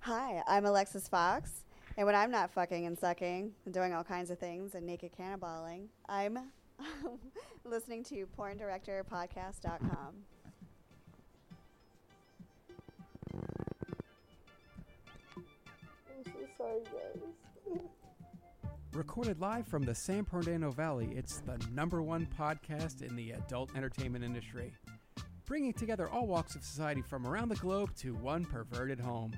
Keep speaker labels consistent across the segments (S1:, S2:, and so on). S1: Hi, I'm Alexis Fox, and when I'm not fucking and sucking and doing all kinds of things and naked cannibaling, I'm um, listening to porndirectorpodcast.com.
S2: I'm so sorry, guys.
S3: Recorded live from the San Fernando Valley, it's the number one podcast in the adult entertainment industry, bringing together all walks of society from around the globe to one perverted home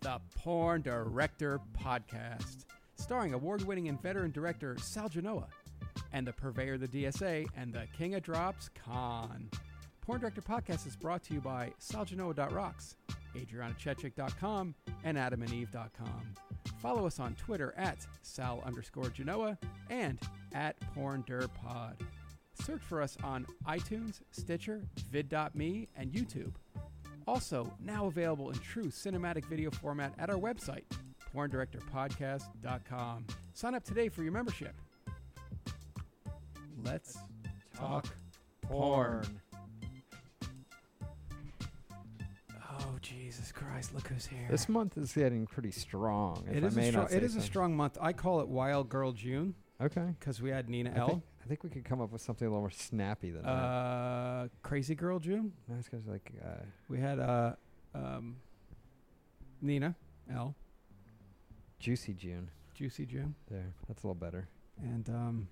S3: the Porn Director Podcast, starring award winning and veteran director Sal Genoa and the purveyor of the DSA and the king of drops, Khan. Porn Director Podcast is brought to you by Saljanoa.rocks, AdrianaChechik.com, and AdamandEve.com. Follow us on Twitter at Sal underscore Genoa and at PornDurPod. Search for us on iTunes, Stitcher, Vid.me, and YouTube. Also, now available in true cinematic video format at our website, PornDirectorPodcast.com. Sign up today for your membership. Let's talk porn. Oh Jesus Christ! Look who's here.
S4: This month is getting pretty strong. if
S3: it
S4: I
S3: is
S4: may
S3: a strong,
S4: not
S3: it
S4: say
S3: is a
S4: so.
S3: strong month. I call it Wild Girl June
S4: Okay.
S3: because we had Nina
S4: I think,
S3: L.
S4: I think we could come up with something a little more snappy than that.
S3: Uh, Crazy Girl June.
S4: No, it's 'cause, like uh,
S3: We had uh, um, Nina L.
S4: Juicy June.
S3: Juicy June
S4: There, that's a little better.
S3: and um,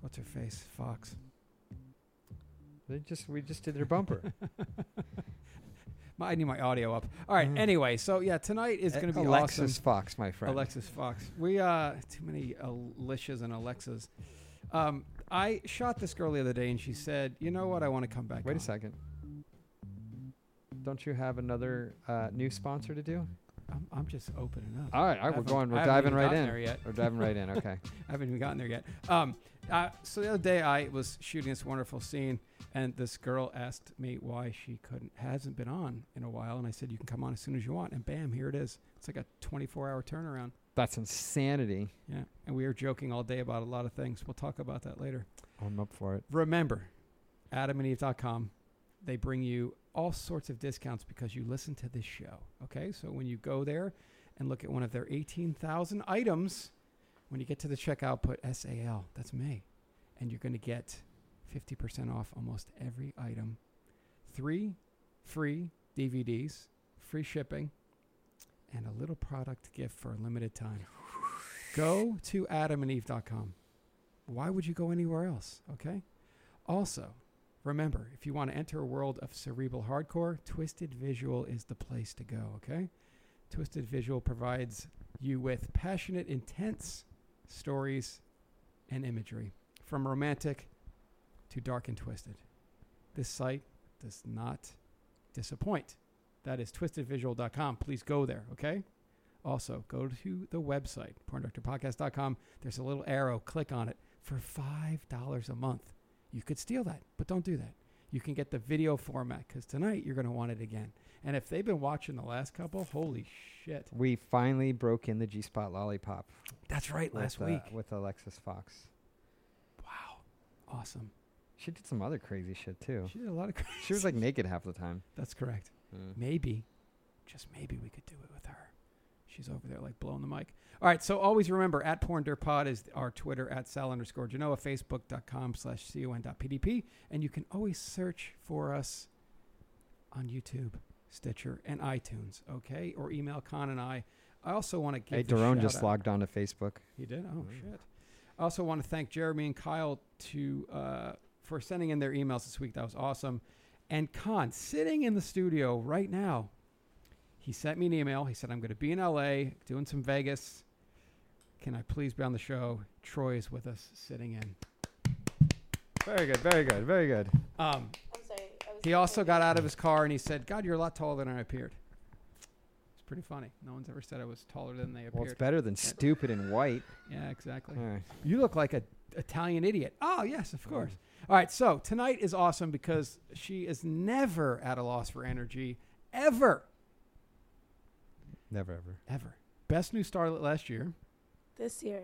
S3: what's her face Fox.
S4: They just we just did their bumper.
S3: My, I need my audio up. All right.
S4: Mm.
S3: Anyway, so yeah, tonight is
S4: A-
S3: going to be
S4: Alexis
S3: awesome.
S4: Fox, my friend.
S3: Alexis Fox. We uh too many Alicias and Alexas. Um, I shot this girl the other day, and she said, "You know what? I want to come back."
S4: Wait
S3: on."
S4: a second. Don't you have another uh, new sponsor to do?
S3: I'm, I'm just opening up.
S4: All right, all
S3: I
S4: right we're
S3: haven't-
S4: going.
S3: I
S4: We're
S3: haven't
S4: diving
S3: even
S4: right
S3: gotten
S4: in.
S3: there yet.
S4: We're diving right in. Okay.
S3: I haven't even gotten there yet. Um, uh, so the other day I was shooting this wonderful scene, and this girl asked me why she couldn't hasn't been on in a while, and I said, "You can come on as soon as you want." And bam, here it is. It's like a 24-hour turnaround.
S4: That's insanity.
S3: Yeah, and we were joking all day about a lot of things. We'll talk about that later.
S4: I'm up for it.
S3: remember adamandeve.com they bring you all sorts of discounts because you listen to this show okay so when you go there and look at one of their 18000 items when you get to the checkout put sal that's me and you're going to get 50% off almost every item three free dvds free shipping and a little product gift for a limited time go to adamandeve.com why would you go anywhere else? Okay. Also, remember if you want to enter a world of cerebral hardcore, Twisted Visual is the place to go. Okay. Twisted Visual provides you with passionate, intense stories and imagery from romantic to dark and twisted. This site does not disappoint. That is twistedvisual.com. Please go there. Okay. Also, go to the website, porndirectorpodcast.com. There's a little arrow. Click on it for $5 a month. You could steal that, but don't do that. You can get the video format because tonight you're going to want it again. And if they've been watching the last couple, holy shit.
S4: We finally broke in the G spot lollipop
S3: That's right, last
S4: with, uh,
S3: week.
S4: with Alexis Fox.
S3: wow. Awesome.
S4: She did some other crazy shit too.
S3: She did a lot of crazy.
S4: She was like naked half the time.
S3: That's correct.
S4: Hmm.
S3: Maybe, just maybe we could do it with her. She's over there like blowing the mic. All right, so always remember at PornDirtPod is our Twitter at Sal underscore Genoa, Facebook.com slash CON.PDP, and you can always search for us on YouTube, Stitcher, and iTunes, okay? Or email Con and I. I also want to give
S4: Hey,
S3: a
S4: Daron
S3: shout
S4: just
S3: out-
S4: logged on to Facebook.
S3: he did. Oh
S4: Mm.
S3: shit! I also want to thank Jeremy and Kyle to uh, for sending in their emails this week. That was awesome. And Khan sitting in the studio right now. He sent me an email. He said, "I'm going to be in LA, doing some Vegas. Can I please be on the show?" Troy is with us, sitting in.
S4: Very good, very good, very good.
S3: Um,
S2: I'm sorry. I was
S3: he also got out of his car and he said, "God, you're a lot taller than I appeared." It's pretty funny. No one's ever said I was taller than they
S4: Well, it's
S3: appeared.
S4: better than stupid and white.
S3: yeah, exactly.
S4: All right.
S3: You look like a Italian idiot. Oh yes, of course. All right, so tonight is awesome because she is never at a loss for energy, ever,
S4: Never ever.
S3: ever. Best new starlet last year.
S2: this year.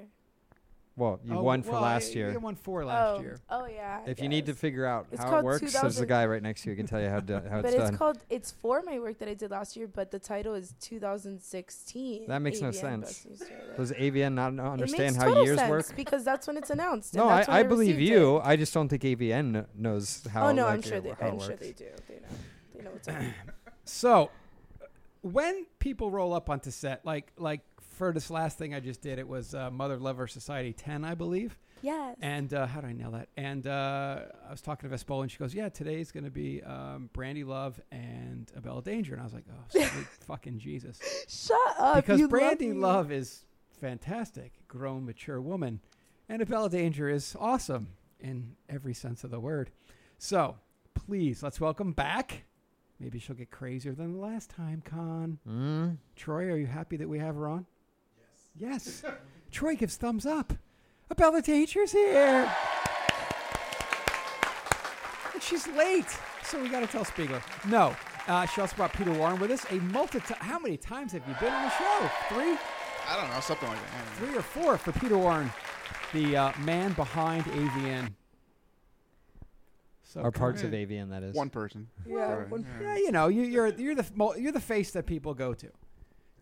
S4: Well, you
S3: Oh,
S4: won for
S3: well,
S4: last
S3: I-
S4: year.
S3: You won four last
S2: oh.
S3: year.
S2: Oh yeah. I
S4: if you need to
S2: guess.
S4: figure out
S2: It's
S4: how it
S2: called
S4: works, there's a
S2: 2000
S4: guy right next to you who can tell you how, do, how
S2: but
S4: it's done.
S2: it's called it's for my work that I did last year, but the title is 2016.
S4: That makes no
S2: AVN
S4: sense.
S2: Best News Story.
S4: Does AVN not know-
S2: It makes
S4: understand how
S2: total
S4: years
S2: sense
S4: work?
S2: Because that's when it's announced. and
S4: No, I,
S2: that's when
S4: I believe
S2: received
S4: you.
S2: it.
S4: I just don't think AVN kn- knows how.
S2: oh no,
S4: like,
S2: I'm sure
S4: it,
S2: they.
S4: how it
S2: I'm sure
S4: works.
S2: they do. They know. They know what's up.
S3: So when people roll up onto set, like like for this last thing I just did, it was uh, Mother Lover Society 10, I believe.
S2: yes.
S3: And uh, how do I nail that? And uh, I was talking to Vespola, and she goes, "Yeah, today's going to be um, Brandy Love and Abella Danger." And I was like, "Oh, sweet fucking Jesus!"
S2: Shut up.
S3: Because
S2: you
S3: Brandy
S2: me.
S3: Love is fantastic, grown, mature woman, and Abella Danger is awesome in every sense of the word. So please, let's welcome back. Maybe she'll get crazier than the last time, Con.
S4: Mm.
S3: Troy, are you happy that we have her on? Yes. Yes. Troy gives thumbs up. Abella Danger's here. and she's late, so we got to tell Spiegler. No. Uh, she also brought Peter Warren with us. A multitude. How many times have you been on the show? Three,
S5: I don't know, something like that. I don't know.
S3: three or four for Peter Warren, the uh, man behind AVN. So come
S4: Or
S3: on.
S2: Hmm.
S4: parts of AVN, that is.
S5: One person.
S2: Yeah.
S5: Alright,
S2: one-
S3: Yeah, you know, you, you're you're the mo- you're the face that people go to.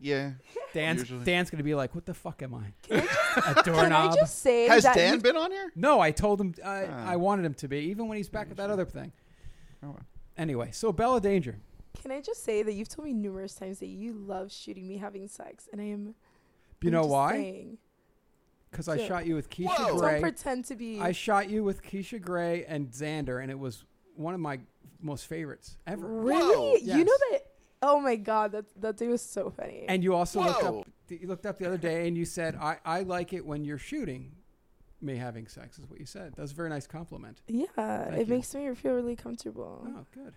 S5: Yeah.
S3: Dan's
S5: Usually.
S3: Dan's gonna be like, "What the fuck am I?
S2: Can I
S3: A
S2: Can I
S3: doorknob?"
S2: just say
S5: Has
S2: that
S5: Dan
S2: you-
S5: been on here?
S3: No, I told him I,
S5: Ah.
S3: I wanted him to be, even when he's back at that other thing.
S5: Oh, well.
S3: Anyway, so Bella Danger.
S2: Can I just say that you've told me numerous times that you love shooting me having sex, and I am.
S3: Do you
S2: I'm
S3: know
S2: just
S3: why?
S2: saying.
S3: Because I
S2: Yeah.
S3: shot you with Keisha
S5: Whoa.
S2: Don't
S3: Gray.
S2: pretend to be.
S3: I shot you with Keisha Gray and Xander, and it was one of my most favorites ever.
S2: really?
S3: Whoa.
S2: You know
S3: Yes.
S2: that? Oh my god, that that dude was so funny.
S3: And you also looked
S5: Whoa.
S3: up. You looked up the other day, and you said, "I, I like it when you're shooting me having sex." Is what you said. That was a very nice compliment.
S2: yeah, it
S3: you.
S2: makes me feel really comfortable.
S3: Oh, good.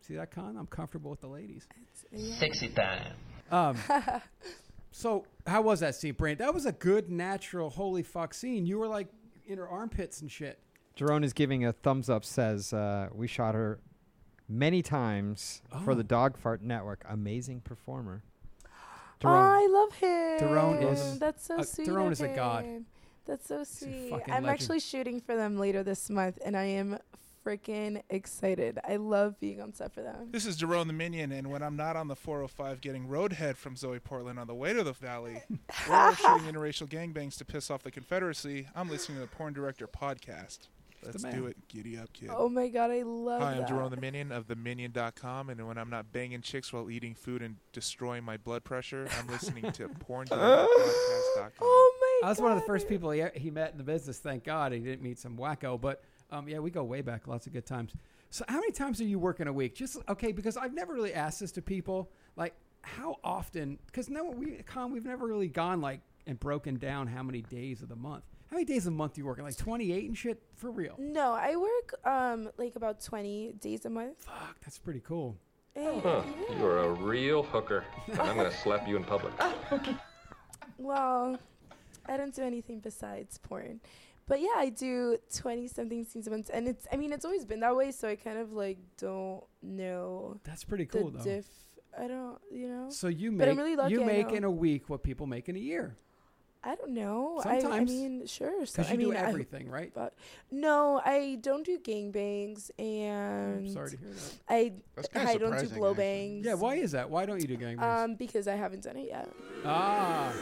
S3: See that, Con? I'm comfortable with the ladies.
S2: Yeah.
S6: Sexy time.
S3: Um, so how was that scene, Brand? That was a good, natural, holy fuck scene. You were like in her armpits and shit.
S4: Jerome is giving a thumbs up. Says uh, we shot her many times for
S3: Oh.
S4: the Dog Fart Network. Amazing performer.
S2: Oh,
S4: Jerome,
S2: I love him.
S3: Daron
S4: is-
S2: that's so
S3: uh,
S2: sweet.
S3: Daron
S2: of
S3: is a god.
S2: him. That's so
S3: a
S2: sweet. I'm
S3: fucking legend.
S2: actually shooting for them later this month, and I am freaking excited. I love being on set for them.
S7: This is Jerome the Minion, and when I'm not on the 405 getting roadhead from Zoe Portland on the way to the valley, we're all shooting interracial gangbangs to piss off the Confederacy, I'm listening to the Porn Director podcast. Let's
S3: man.
S7: do it. Giddy up, kid.
S2: Oh my god, I love.
S7: Hi, I'm
S2: that.
S7: Jerome the Minion of theminion.com, and when I'm not banging chicks while eating food and destroying my blood pressure, I'm listening to porndirectorpodcast.com.
S2: Oh my.
S3: I was one of the
S2: God.
S3: first people he, he met in the business. Thank God he didn't meet some wacko. But um, yeah, we go way back. Lots of good times. So how many times are you working a week? Just okay, because I've never really asked this to people. Like how often? Because no, we con we've never really gone like and broken down how many days of the month. How many days of the month do you work? Like twenty eight and shit for real.
S2: No, I work um like about 20 days a month.
S3: Fuck, that's pretty cool.
S2: Eh,
S6: Huh, you are a real hooker, and I'm gonna slap you in public.
S2: Well, I don't do anything besides porn. But yeah, I do 20 something scenes a month. And it's, I mean, it's always been that way. So I kind of like don't know
S3: That's pretty cool
S2: the
S3: though.
S2: diff. I don't, you know,
S3: So you make
S2: But I'm really lucky
S3: you
S2: I
S3: make
S2: know.
S3: in a week what people make in a year
S2: I don't know. I, I
S3: Sometimes.
S2: mean, sure. So
S3: because you
S2: I mean,
S3: do
S2: I-
S3: everything, right?
S2: but no, I don't do gangbangs
S3: I'm
S2: and
S3: sorry to hear that.
S2: I,
S5: That's kind of
S2: I don't do blow bangs.
S3: Yeah, why is that? Why don't you do gangbangs?
S2: Um, because I haven't done it yet.
S3: ah,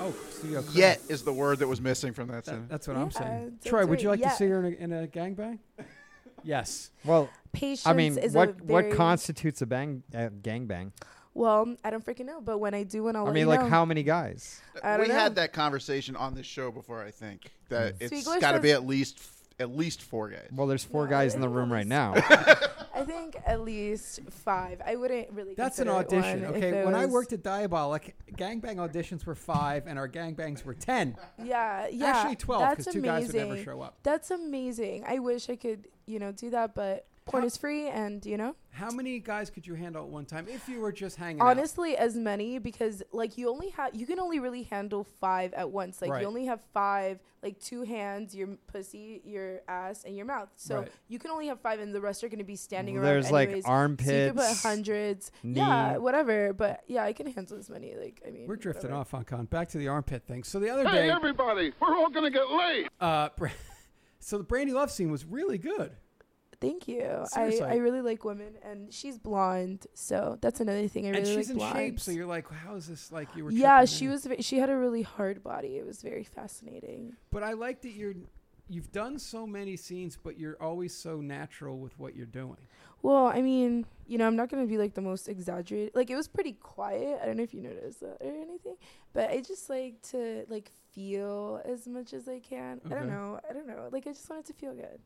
S3: oh, studio. Critics.
S5: Yet is the word that was missing from
S3: That-
S5: that sentence.
S3: that's what I'm
S2: Yeah,
S3: saying.
S2: don't
S3: Troy,
S2: do
S3: would
S2: it
S3: you like to
S2: yet.
S3: see her in a, in a gangbang? yes.
S4: well,
S2: Patience
S4: I mean,
S2: is a
S4: what
S2: very,
S4: what constitutes a bang uh, gangbang?
S2: Well, I don't freaking know, but when I do, when I'll
S4: I
S2: let
S4: mean,
S2: you
S4: like
S2: know.
S4: how many guys?
S2: I
S5: we
S2: don't know. Mm.
S5: had that conversation on this show before, I think. That it's
S2: Spiegler
S5: got to
S2: says-
S5: be at least at least four guys.
S4: Well, there's four
S2: No,
S4: guys in the
S2: it
S4: room right
S2: is.
S4: now.
S2: I think at least five. I wouldn't really.
S3: That's an
S2: consider it
S3: audition.
S2: one if
S3: Okay,
S2: it
S3: when I
S2: was-
S3: worked at Diabolic, gangbang auditions were five, and our gangbangs were ten.
S2: yeah, yeah,
S3: Actually, twelve
S2: that's
S3: because two guys would never
S2: amazing.
S3: show up.
S2: That's amazing. I wish I could, you know, do that, but Porn is free, and you know,
S3: How many guys could you handle at one time if you were just hanging out?
S2: honestly, as many because like you only have you can only really handle five at once. Like
S3: Right.
S2: you only have five, like two hands, your m- pussy, your ass, and your mouth. So
S3: Right.
S2: you can only have five, and the rest are going to be standing around.
S4: There's like
S2: anyways. So you could put
S4: armpits.
S2: hundreds. Yeah,
S4: knee.
S2: whatever. But yeah, I can handle as many. Like I mean,
S3: We're drifting
S2: whatever.
S3: off on con. Back to the armpit thing. So the other day,
S8: everybody, we're all gonna get laid.
S3: uh, Bra- so the Brandy Love scene was really good.
S2: Thank you. I,
S3: Seriously.
S2: I really like women, and she's blonde, so that's another thing I really
S3: and she's
S2: like.
S3: in shape,
S2: blondes.
S3: so you're like, how is this like you were?
S2: yeah,
S3: tripping
S2: she
S3: in?"
S2: was. ve- She had a really hard body. It was very fascinating.
S3: But I like that you're, you've done so many scenes, but you're always so natural with what you're doing.
S2: Well, I mean, you know, I'm not gonna be like the most exaggerated. Like it was pretty quiet. I don't know if you noticed that or anything, but I just like to like feel as much as I can. I
S3: Okay.
S2: don't know. I don't know. Like I just wanted to feel good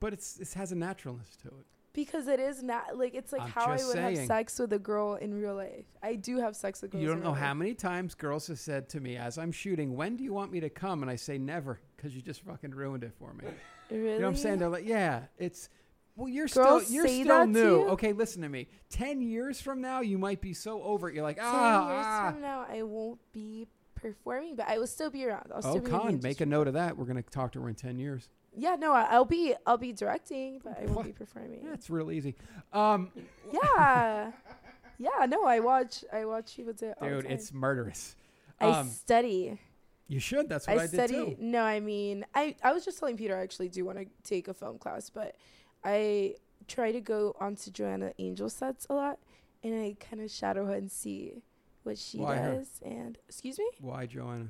S3: But it's it has a naturalness to it.
S2: because it is not like it's like
S3: I'm
S2: how I would
S3: just
S2: have
S3: saying.
S2: sex with a girl in real life. I do have sex with girls.
S3: You
S2: in
S3: don't know
S2: real
S3: how
S2: life.
S3: many times girls have said to me as I'm shooting, "When do you want me to come?" And I say, "Never," because you just fucking ruined it for me.
S2: Really?
S3: You know what I'm saying? They're like, yeah, it's. Well, you're
S2: Girls
S3: still you're
S2: say
S3: still
S2: that to
S3: new.
S2: you?
S3: Okay, listen to me. Ten years from now, you might be so over it. You're like,
S2: Ten years
S3: ah,
S2: from now, I won't be performing, but I will still be around. I'll
S3: ah.
S2: still
S3: Oh,
S2: be in the
S3: Con, make a
S2: industry.
S3: note of that. We're gonna talk to her in ten years.
S2: Yeah, no, I- I'll be I'll be directing, but I won't be performing.
S3: That's real easy. Um,
S2: Yeah. yeah, no, I watch I watch you with it all the
S3: dude,
S2: time.
S3: it's murderous.
S2: I
S3: Um,
S2: study.
S3: you should. That's
S2: I,
S3: what I, did
S2: study
S3: too.
S2: no, I mean I, I was just telling Peter I actually do want to take a film class, but I try to go onto Joanna Angel sets a lot and I kinda shadow her and see what she
S3: Why her?
S2: does and excuse me?
S3: Why, Joanna?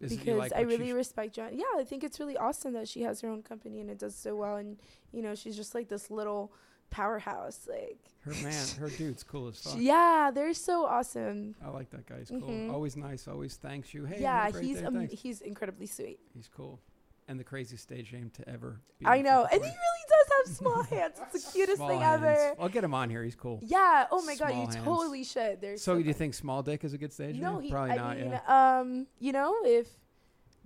S3: Is it you
S2: because
S3: like
S2: I
S3: what she
S2: really
S3: sh-
S2: respect Joanna. Yeah, I think it's really awesome that she has her own company and it does so well and you know, she's just like this little powerhouse. Like
S3: her man, her dude's cool as fuck.
S2: Yeah, they're so awesome.
S3: I like that guy. He's cool.
S2: Mhm.
S3: Always nice. Always thanks you. Hey, have a
S2: yeah,
S3: great
S2: he's
S3: day.
S2: um,
S3: Thanks.
S2: he's incredibly sweet.
S3: he's cool, and the craziest stage name to ever. Be
S2: I
S3: on
S2: know,
S3: fucking
S2: and he
S3: Twitter.
S2: really does have small hands. It's the cutest
S3: Small
S2: thing
S3: hands.
S2: ever.
S3: I'll get him on here. He's cool.
S2: Yeah. Oh my god,
S3: Small
S2: you
S3: hands.
S2: totally should. They're
S3: So, do you
S2: fun.
S3: think small dick is a good stage
S2: No,
S3: name?
S2: he.
S3: Probably
S2: I
S3: not.
S2: mean,
S3: yeah.
S2: um, you know, if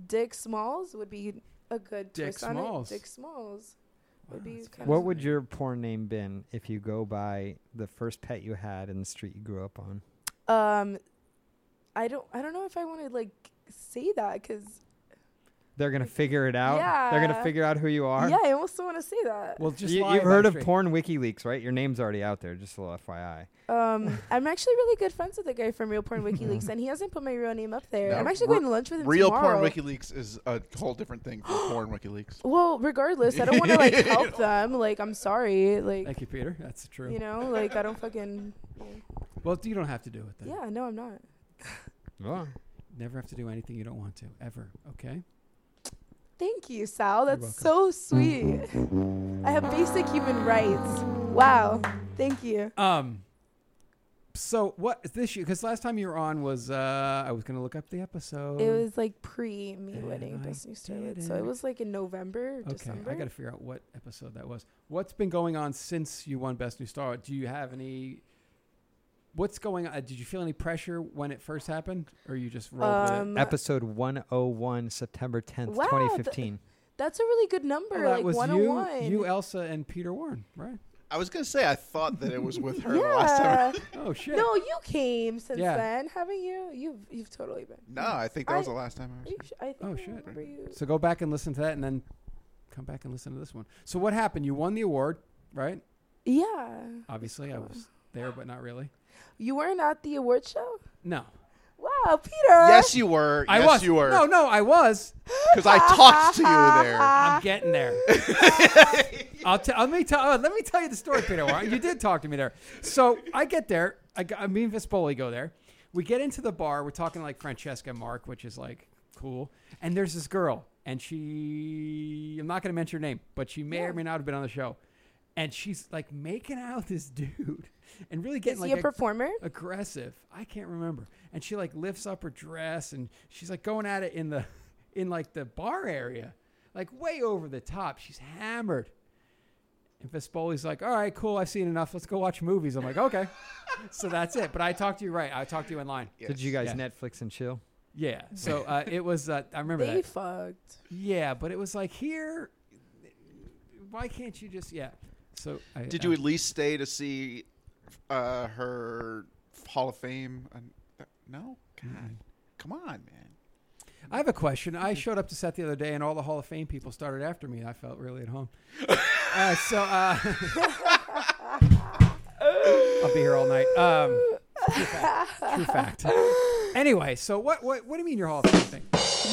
S2: Dick Smalls would be a good
S3: Dick
S2: twist on it,
S3: Smalls.
S2: Dick Smalls would
S3: Wow,
S2: be
S3: that's
S2: kind of
S4: What would
S3: fascinating.
S4: your porn name been if you go by the first pet you had and the street you grew up on?
S2: um, I don't I don't know if I want to like say that because
S4: They're gonna figure it out. They're gonna
S2: Yeah.
S4: figure out who you are.
S2: yeah, I also want to say that.
S3: Well, just
S4: you,
S3: lie
S4: have
S3: about
S4: heard
S3: it
S4: of
S3: straight.
S4: porn WikiLeaks, right? Your name's already out there. Just a little FYI.
S2: Um, I'm actually really good friends with the guy from Real Porn WikiLeaks, and he hasn't put my real name up there.
S5: No,
S2: I'm actually
S5: re-
S2: going to lunch with him
S5: Real
S2: tomorrow.
S5: porn WikiLeaks is a whole different thing from porn WikiLeaks.
S2: Well, regardless, I don't want to like help them. Like, I'm sorry. Like,
S3: Thank you, Peter. That's true.
S2: you know, like I don't fucking.
S3: Well, you don't have to do it then.
S2: Yeah, no, I'm not.
S4: Oh.
S3: Never have to do anything you don't want to ever. Okay.
S2: Thank you, Sal. That's so
S3: welcome.
S2: sweet. I have basic human rights. Wow. Thank you.
S3: Um. So what is this year? Because last time you were on was uh I was gonna look up the episode.
S2: It was like pre me
S3: And
S2: wedding
S3: I
S2: best new
S3: did
S2: starlet, so it
S3: it.
S2: was like in November, or
S3: okay.
S2: December.
S3: I gotta figure out what episode that was. What's been going on since you won Best New Star? Do you have any? What's going on? Did you feel any pressure when it first happened, or you just rolled with
S2: Um,
S3: it?
S4: Episode 101, September 10th,
S2: Wow, th-
S4: 2015.
S2: That's a really good number,
S3: Well, Oh, that
S2: like
S3: was
S2: 101.
S3: you, you, Elsa, and Peter Warren, right?
S5: I was gonna say I thought that it was with her the last time.
S2: yeah.
S3: Oh shit!
S2: no, you came since
S3: Yeah.
S2: then, haven't you? You've you've totally been.
S5: No, I think that was
S2: I-
S5: the last time I
S2: Are
S5: was.
S2: you sh- I think
S3: Oh,
S2: I
S3: shit.
S2: remember you.
S3: So go back and listen to that, and then come back and listen to this one. So what happened? You won the award, right?
S2: Yeah.
S3: Obviously, I was there, but not really.
S2: You weren't at the award show?
S3: No,
S2: Wow, Peter.
S5: Yes, you were.
S3: I
S5: yes,
S3: was.
S5: you were.
S3: No, no, I was.
S5: because I talked to you there.
S2: Ah.
S3: I'm getting there. I'll tell. Let me tell. oh, let me tell you the story, Peter. Warren. You did talk to me there. So I get there. I, got, me and Vespoli go there. We get into the bar. We're talking like Francesca and Mark, which is like cool. And there's this girl, and she. I'm not going to mention her name, but she may or may not have been on the show. And she's like making out with this dude, and really getting
S2: Is
S3: like
S2: he a
S3: ag-
S2: performer?
S3: aggressive. I can't remember. And she like lifts up her dress and she's like going at it in the in like the bar area. Like way over the top. She's hammered. And Vespoli's like, all right, cool, I've seen enough. Let's go watch movies. I'm like, okay. so that's it. But I talked to you right. I talked to you in line.
S4: Did you guys
S3: Yeah.
S4: Netflix and chill?
S3: Yeah. So uh, it was uh, I remember
S2: They
S3: that.
S2: fucked.
S3: Yeah, but it was like here why can't you just yeah? So I,
S5: Did
S3: I-
S5: you at least stay to see uh, her Hall of Fame? Uh, no, God, come on, man.
S3: I have a question.
S5: Mm-hmm.
S3: I showed up to set the other day, and all the Hall of Fame people started after me. I felt really at home. uh, so uh, I'll be here all night. Um, true fact. True fact. Anyway, so what? What? What do you mean your Hall of Fame thing?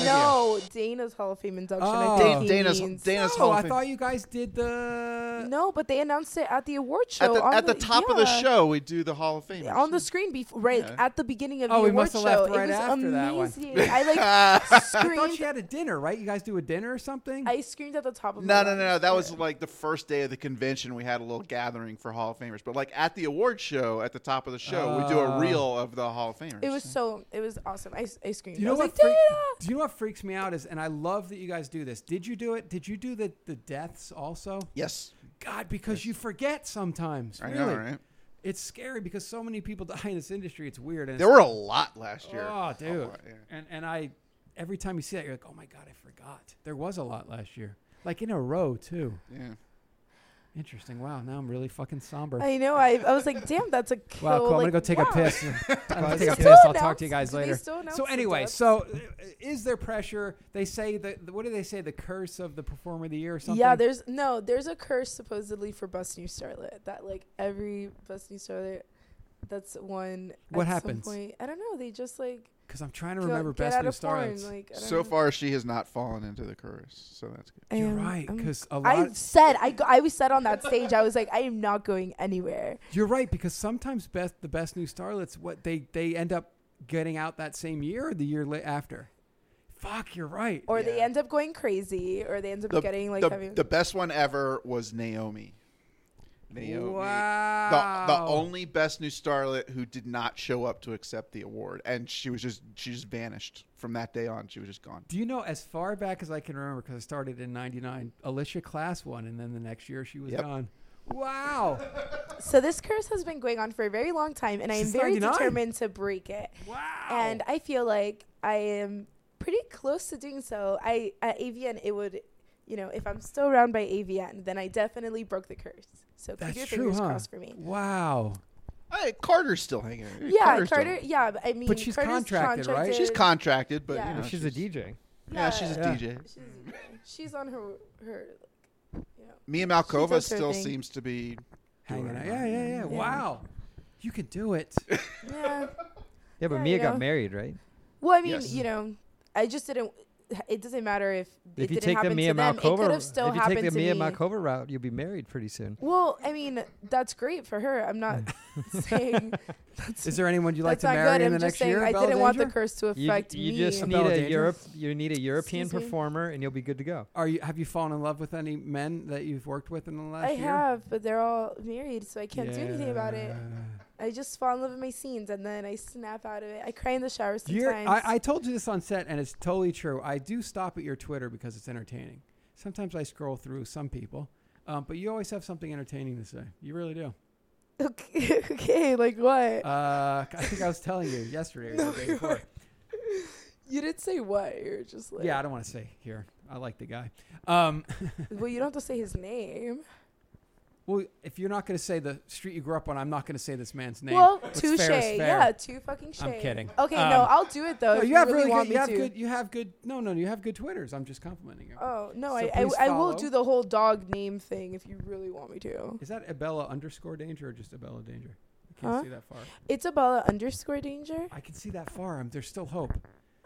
S2: No, Dana's Hall of Fame induction.
S3: Oh.
S2: I think he
S5: Dana- Dana's-
S2: means-
S5: Dana- Dana's
S3: oh,
S5: Hall of
S3: I
S5: Fame.
S3: thought you guys did the.
S2: No, but they announced it at the award show.
S5: At the,
S2: on
S5: at the top of the
S2: yeah.
S5: show, we do the Hall of Fame
S2: on the screen before, right
S5: Yeah.
S2: at the beginning of
S3: Oh,
S2: the
S3: we
S2: award
S3: must
S2: show.
S3: have left
S2: it
S3: right
S2: was
S3: after that one.
S2: amazing. I like
S3: I thought you
S2: screamed.
S3: had a dinner, right? You guys do a dinner or something?
S2: I screamed at the top of
S5: No,
S2: my
S5: no, no,
S2: lungs.
S5: no. That was like the first day of the convention. We had a little gathering for Hall of Famers, but like at the award show, at the top of the show, we do
S3: Oh.
S5: a reel of the Hall of Famers.
S2: It was so. It was awesome. I, I screamed.
S3: you
S2: I
S3: know
S2: was
S3: what?
S2: like, Dana.
S3: freak-
S5: uh."
S3: do you know what freaks me out is, and I love that you guys do this. Did you do it? Did you do the the deaths also?
S5: yes,
S3: God, because you forget sometimes.
S5: I
S3: really.
S5: know, right?
S3: It's scary because so many people die in this industry. It's weird. And
S5: There
S3: it's,
S5: were a lot last year.
S3: oh, dude.
S5: A lot, yeah.
S3: And and I, every time you see that, you're like, oh my god, I forgot. There was a lot last year, like in a row too.
S5: Yeah.
S3: Interesting. Wow. Now I'm really fucking somber.
S2: I know. I, I was like, damn, that's a
S3: Wow,
S2: kill.
S3: cool. I'm
S2: Like,
S3: gonna go take
S2: wow.
S3: a piss. I'm gonna
S4: Buzz.
S3: take a
S4: Still
S3: piss. I'll talk to
S2: announced-
S3: you guys
S2: they
S3: later.
S2: still announced
S3: So
S2: the
S3: anyway,
S2: deaths.
S3: so uh, is there pressure? They say that the- what do they say? The curse of the performer of the year or something.
S2: Yeah, there's no, there's a curse supposedly for Bus New Starlet that like every Bus New Starlet, that's one.
S3: What
S2: at some
S3: happens?
S2: point- I don't know. They just like
S3: Because I'm trying to
S2: go-
S3: remember
S2: get
S3: best
S2: out
S3: new
S2: of porn.
S3: starlets.
S2: Like I don't
S5: So
S2: know.
S5: far, she has not fallen into the curse, so that's good.
S2: I
S3: You're
S2: am-
S3: right,
S2: I'm-
S3: because a lot.
S2: I said I go, I was said on that stage I was like I am not going anywhere.
S3: you're right because sometimes best the best new starlets what they they end up getting out that same year or the year la- after. Fuck, you're right.
S2: Or they end up going crazy, or they end up
S5: The,
S2: getting like
S5: the,
S2: having.
S5: the best one ever was Naomi. Naomi.
S3: wow.
S5: The, the only best new starlet who did not show up to accept the award, and she was just she just vanished from that day on. She was just gone.
S3: Do you know as far back as I can remember? Because I started in '99. Alicia Class won, and then the next year she was
S5: Yep.
S3: gone. Wow.
S2: so this curse has been going on for a very long time, and I am
S3: Since
S2: very
S3: 99.
S2: determined to break it.
S3: Wow.
S2: and I feel like I am pretty close to doing so. I at AVN it would, you know, if I'm still around by AVN, then I definitely broke the curse. So keep your fingers crossed for me.
S3: Wow.
S5: Hey, Carter's still hanging.
S2: Yeah,
S5: Carter's still-
S2: Carter. Yeah, but I mean,
S3: she's
S2: Carter's
S3: contracted, right?
S5: She's contracted, but
S2: Yeah.
S3: Oh,
S5: you know,
S4: she's a DJ.
S5: Yeah, she's a
S3: Yeah.
S5: DJ.
S2: She's, she's on her her. Like, you know.
S5: Mia
S2: She
S5: Malkova
S2: does her
S5: still
S2: thing.
S5: seems to be
S3: Hanging
S5: doing
S3: out.
S5: it.
S3: Yeah, yeah, yeah. Wow. You can do it.
S2: Yeah.
S4: Yeah, but
S2: Yeah,
S4: Mia
S2: you know.
S4: got married, right?
S2: Well, I mean,
S5: Yes.
S2: you know, I just didn't. It doesn't matter if it
S4: If you
S2: didn't
S4: take
S2: happen
S4: the Mia
S2: to them. it could
S4: Malkova,
S2: have still
S4: if you
S2: happened
S4: take the
S2: to
S4: Mia
S2: me.
S4: Malkova route, you'll be married pretty soon.
S2: Well, I mean, that's great for her. I'm not saying that's
S3: Is there anyone you'd like
S2: That's
S3: to
S2: not
S3: marry
S2: good.
S3: in the
S2: I'm
S3: next
S2: just saying
S3: year?
S2: I
S3: Bella
S2: didn't want the
S3: Danger?
S2: curse to
S4: You,
S2: affect
S4: you
S2: me.
S4: just need
S3: Bella
S4: a
S3: Danger?
S4: Europe. You need a European
S2: Excuse me?
S4: performer, and you'll be good to go.
S3: Are you? Have you fallen in love with any men that you've worked with in the last
S2: I
S3: year?
S2: have, but they're all married, so I can't do anything about it.
S3: Yeah.
S2: I just fall in love with my scenes, and then I snap out of it. I cry in the shower sometimes.
S3: You're, I, I told you this on set, and it's totally true. I do stop at your Twitter because it's entertaining. Sometimes I scroll through some people, um, but you always have something entertaining to say. You really do.
S2: okay, okay, like what?
S3: Uh, I think I was telling you yesterday or the day before.
S2: you didn't say what. You're just like,
S3: Yeah, I don't want to say here. I like the guy. Um,
S2: well, you don't have to say his name.
S3: well, if you're not going to say the street you grew up on, I'm not going to say this man's name.
S2: Well,
S3: What's fair
S2: touche.
S3: is fair.
S2: Yeah, two fucking shade.
S3: I'm kidding.
S2: Okay, no,
S3: Um,
S2: I'll do it though.
S3: No,
S2: if
S3: you have
S2: really,
S3: really,
S2: want
S3: good.
S2: me
S3: You have
S2: to.
S3: good. You have good. No, no, you have good Twitters. I'm just complimenting you.
S2: Oh no,
S3: So
S2: I, I
S3: please
S2: I will
S3: follow.
S2: do the whole dog name thing if you really want me to.
S3: Is that Abella underscore danger or just Abella danger? I can't
S2: Huh?
S3: see that far.
S2: It's Abella underscore danger.
S3: I can see that far. I'm, there's still hope.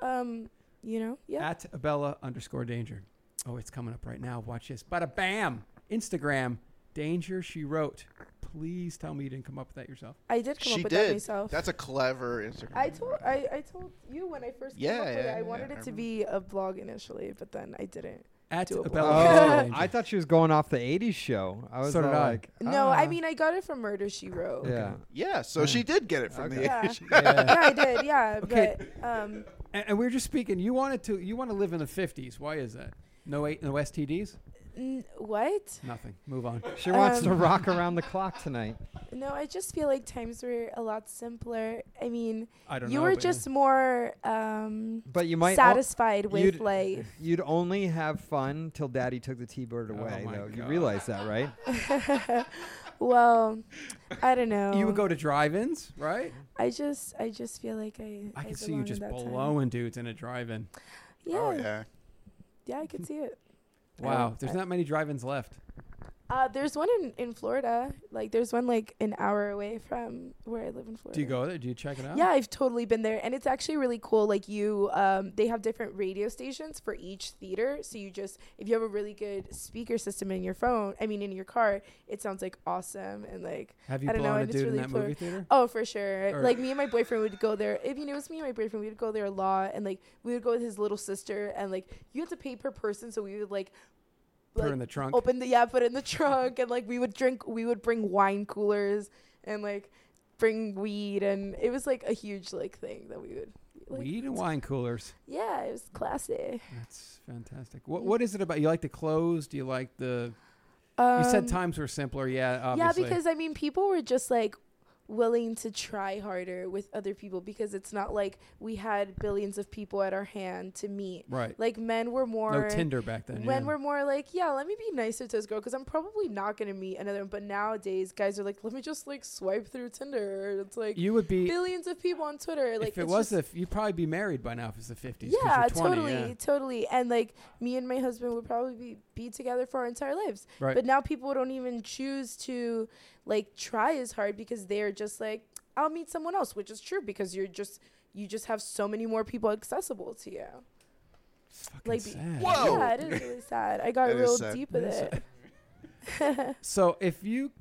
S2: Um, you know, yeah.
S3: At Abella underscore danger. Oh, it's coming up right now. Watch this. Bada bam. Instagram. Danger she wrote. Please tell me you didn't come up with that yourself.
S2: I did come
S5: She
S2: up with that
S5: did.
S2: myself.
S5: That's a clever Instagram.
S2: I told I, I told you when I first came
S5: Yeah,
S2: up with it.
S5: yeah,
S2: I
S5: yeah,
S2: wanted
S5: I
S2: it to be a blog initially, but then I didn't.
S3: At
S2: Do a
S3: Abella
S2: blog.
S3: underscore
S4: Oh,
S3: danger.
S4: I thought she was going off the '80s show. I was
S3: So did
S4: all
S3: I.
S4: like,
S2: No, I
S4: ah.
S2: mean I got it from Murder She Wrote.
S4: yeah.
S5: yeah, so she did get it from the
S2: Yeah.
S3: Yeah.
S2: yeah, I did. Yeah,
S3: Okay.
S2: but um,
S3: And, and we were just speaking. You wanted to. You want to live in the fifties. Why is that? No eight. No STDs.
S2: N- what?
S3: Nothing. Move on.
S4: She wants to
S2: Um,
S4: rock around the clock tonight.
S2: No, I just feel like times were a lot simpler. I mean,
S3: I don't
S2: you
S3: know.
S2: were
S3: but-
S2: just more um,
S4: But you might al-
S2: satisfied with
S4: you'd-
S2: life.
S4: You'd only have fun till Daddy took the T-bird
S3: Oh
S4: away,
S3: my
S4: though. You
S3: God.
S4: realize that, right?
S2: well, I don't know.
S3: You would go to drive-ins, right?
S2: I just, I just feel like I.
S3: I can see
S2: belong
S3: you
S2: in
S3: just
S2: that time.
S3: blowing dudes in a drive-in.
S2: Yeah,
S5: Oh
S2: yeah,
S5: yeah.
S2: I could see it. I
S3: Wow,
S2: don't-
S3: there's
S2: I-
S3: not many drive-ins left.
S2: Uh, there's one in, in Florida. Like, there's one like an hour away from where I live in Florida.
S3: Do you go there? Do you check it out?
S2: Yeah, I've totally been there, and it's actually really cool. Like you, um, they have different radio stations for each theater. So you just, if you have a really good speaker system in your phone, I mean in your car, it sounds like awesome. And like,
S3: Have you
S2: I don't know,
S3: blown a
S2: and it's
S3: dude in
S2: really
S3: that
S2: poor.
S3: movie theater?
S2: oh, for sure.
S3: Or-
S2: like me and my boyfriend would go there. If you knew it was me and my boyfriend, we would go there a lot, and like we would go with his little sister, and like you had to pay per person, so we would like.
S3: Put her
S2: like, oh,
S3: in the trunk.
S2: open the yeah, put it in the trunk, and like we would drink, we would bring wine coolers and like bring weed, and it was like a huge like thing that we would. Like,
S3: Weed and wine coolers.
S2: Yeah, it was classy.
S3: That's fantastic. What What is it about? You like the clothes? Do you like the?
S2: Um,
S3: You said times were simpler. Yeah, obviously.
S2: Yeah, because I mean, people were just like willing to try harder with other people because it's not like we had billions of people at our hand to meet.
S3: right.
S2: Like men were more
S3: no Oh, Tinder back then.
S2: when
S3: yeah.
S2: we're more like, yeah, let me be nicer to this girl because I'm probably not gonna meet another one. But nowadays, guys are like, let me just like swipe through Tinder. It's like
S3: you would be
S2: billions of people on Twitter. Like
S3: if it
S2: it's
S3: was
S2: just-
S3: the you'd probably be married by now if it's the fifties.
S2: yeah,
S3: you're 20,
S2: totally,
S3: yeah.
S2: totally. And like me and my husband would probably be, be together for our entire lives.
S3: Right.
S2: But now people don't even choose to like try as hard because they're just like, I'll meet someone else, which is true because you're just you just have so many more people accessible to you.
S3: It's fucking
S2: Like, be-
S3: sad.
S5: Whoa.
S2: Yeah, it is really sad. I got
S5: That is
S2: real
S5: sad.
S2: deep with
S3: That is
S2: it.
S3: So if you,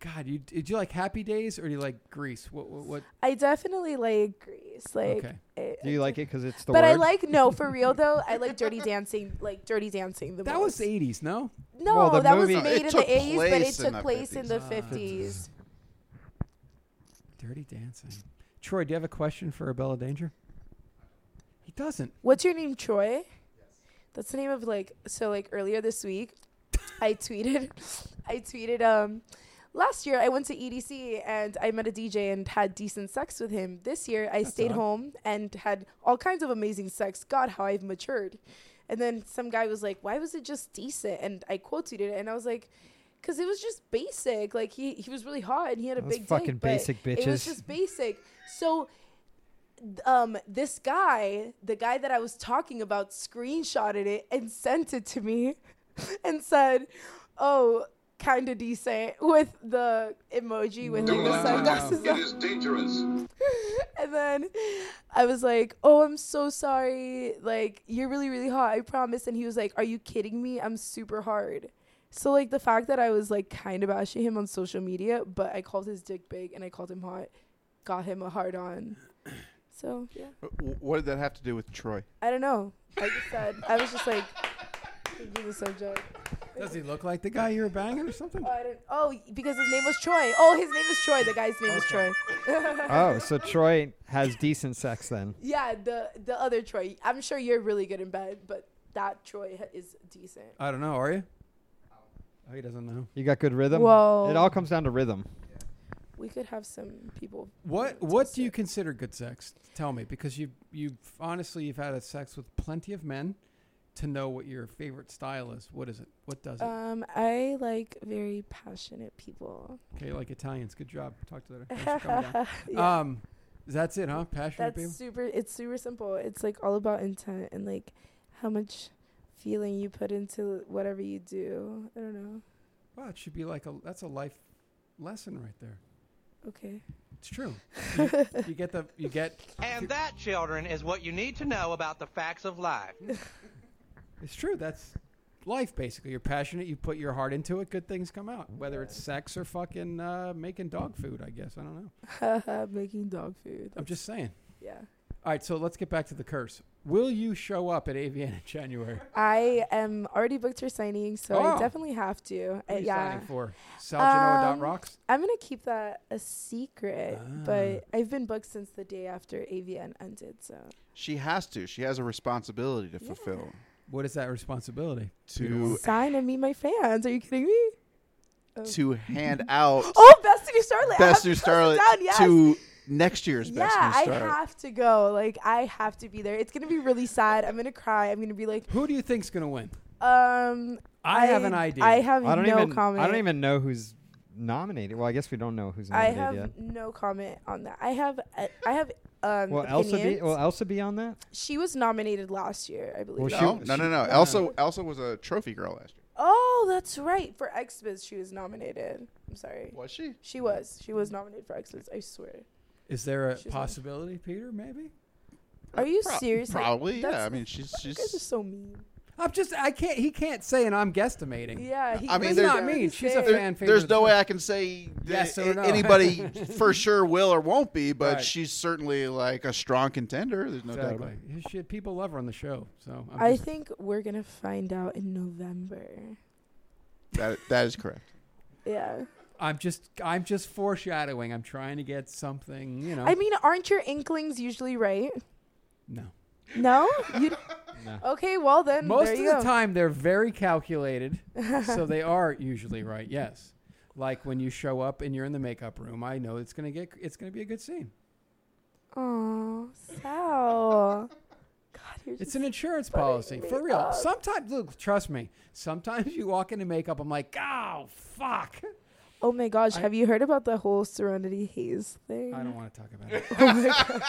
S3: God, you did you like Happy Days or do you like Grease? What what? what
S2: I definitely like Grease. Like,
S3: okay,
S2: I-
S4: Do you like it because it's the
S2: But
S4: word?
S2: I like no, for real though. I like Dirty Dancing, like Dirty Dancing. The
S3: that was
S2: most.
S3: eighties. No,
S2: no,
S4: Well, the
S2: that
S4: movie-
S2: was made
S5: It
S2: in
S5: took
S2: the eighties, but it
S5: place in
S2: took
S5: the
S2: place in the
S3: 50s. Ah.
S2: fifties.
S3: Dirty Dancing. Troy, do you have a question for Abella Danger? He doesn't.
S2: What's your name, Troy? That's the name of like so like earlier this week, I tweeted, I tweeted um. Last year, I went to EDC and I met a DJ and had decent sex with him. This year, I stayed
S3: odd.
S2: home and had all kinds of amazing sex. God, how I've matured. And then some guy was like, "Why was it just decent?" And I quote tweeted it, and I was like, "Cause it was just basic. Like he he was really hot and he had a
S4: Those
S2: big
S4: fucking
S2: dick, but
S4: basic
S2: It was
S4: bitches.
S2: just basic. So." th- Um, this guy, the guy that I was talking about, screenshotted it and sent it to me, and said, "Oh, kind of decent," with the emoji with like, the
S3: Wow.
S2: sunglasses on.
S8: is dangerous.
S2: And then I was like, "Oh, I'm so sorry. Like, you're really, really hot. I promise." And he was like, "Are you kidding me? I'm super hard." So like the fact that I was like kind of bashing him on social media, but I called his dick big and I called him hot, got him a hard on. So yeah,
S5: W- What did that have to do with Troy?
S2: I don't know. I just said I was just like, "This is so joke."
S3: Does he look like the guy you were banging or something?
S2: Oh, I don't, oh, because his name was Troy. Oh, his name is Troy. The guy's name is Troy.
S4: Oh, so Troy has decent sex then.
S2: Yeah, the the other Troy. I'm sure you're really good in bed, but that Troy ha- is decent.
S3: I don't know. Are you? Oh, he doesn't know.
S4: You got good rhythm.
S2: Whoa.
S4: It all comes down to rhythm.
S2: We could have some people.
S3: What
S2: who are
S3: What do you
S2: autistic.
S3: consider good sex? Tell me, because you you honestly you've had a sex with plenty of men. To know what your favorite style is, what is it? What does it?
S2: Um, I like very passionate people.
S3: okay, you like Italians. Good job. Talk to you later. Thanks for coming down.
S2: yeah,
S3: Um, that's it, huh? Passionate
S2: that's
S3: people.
S2: super. It's super simple. It's like all about intent and like how much feeling you put into whatever you do. I don't know.
S3: Wow, it should be like a that's a life lesson right there.
S2: Okay.
S3: It's true. You, you get the you get
S9: And that, children, is what you need to know about the facts of life.
S3: it's true. That's life basically. You're passionate. You put your heart into it. Good things come out. Whether it's sex or fucking uh, making dog food, I guess. I don't know.
S2: Making dog food.
S3: I'm just saying.
S2: yeah.
S3: All right, so let's get back to the curse. Will you show up at AVN in January?
S2: Uh, I am already booked for signing, so
S3: Oh.
S2: I definitely have to.
S3: What
S2: Uh,
S3: are you
S2: yeah.
S3: signing for? Salgenoa
S2: Um,
S3: rocks.
S2: I'm gonna keep that a secret, but I've been booked since the day after AVN ended. So
S5: She has to. She has a responsibility to fulfill.
S3: What is that responsibility?
S5: to
S2: Sign and meet my fans. Are you kidding me?
S5: to hand out
S2: Oh, Best New Starlet. I have
S5: Best
S2: to
S5: New
S2: post it
S5: Starlet
S2: down, yes.
S5: to next year's
S2: Yeah,
S5: Best New
S2: I
S5: Starlet.
S2: have to go. Like, I have to be there. It's gonna be really sad. I'm gonna cry. I'm gonna be like,
S3: Who do you think's gonna win?
S2: um.
S3: I, have an idea.
S2: I have
S4: I don't
S2: no
S4: even.
S2: comment.
S4: I don't even know who's nominated. Well, I guess we don't know who's
S2: I
S4: nominated
S2: have
S4: yet.
S2: no comment on that. I have. I I have. Um,
S4: Will Elsa be? Will Elsa be on that?
S2: she was nominated last year, I believe.
S4: Well, she-
S5: No, no, no, no.
S4: she-
S5: Elsa, Elsa was a trophy girl last year.
S2: oh, that's right. For Xmas, she was nominated. I'm sorry.
S5: Was she?
S2: She was. She was nominated for Xmas. I swear.
S3: Is there a
S2: She's like-
S3: possibility, Peter? Maybe.
S2: Are you
S5: Uh, Pro-
S2: serious? Like,
S5: Probably. Yeah.
S2: that's-
S5: I mean, she's
S2: You guys are
S5: she's.
S2: so mean.
S3: I'm just. I can't. He can't say, and I'm guesstimating.
S2: Yeah. He,
S5: I mean,
S2: he's
S3: That's
S5: there's-
S3: not
S2: really
S3: mean. She's a
S2: fair.
S3: fan favorite.
S5: There's
S3: of
S5: no
S3: the
S5: way
S3: show.
S5: I can say
S3: Yes
S5: that
S3: or
S5: a-
S3: no.
S5: anybody for sure will or won't be, but
S3: Right.
S5: she's certainly like a strong contender. There's no doubt about
S3: Exactly.
S5: it.
S3: Shit, people love her on the show. So I'm
S2: I
S3: just-
S2: think we're gonna find out in November.
S5: That, that is correct.
S2: Yeah.
S3: I'm just I'm just foreshadowing. I'm trying to get something, you know.
S2: I mean, aren't your inklings usually right?
S3: no.
S2: No. You.
S4: No.
S2: Okay. Well then.
S3: Most
S2: um, there
S3: of
S2: you
S3: the
S2: go.
S3: time they're very calculated, so they are usually right. Yes. Like when you show up and you're in the makeup room, I know it's going to get it's going to be a good scene.
S2: Oh, Sal. God, you're
S3: It's
S2: just.
S3: an insurance
S2: Buddy,
S3: policy.
S2: wake
S3: For real.
S2: up.
S3: Sometimes look, trust me. Sometimes you walk into makeup, I'm like, "Oh, fuck."
S2: oh my gosh,
S3: I-
S2: have you heard about the whole Serenity Haze thing?
S3: I don't want to talk about it.
S2: Oh my god.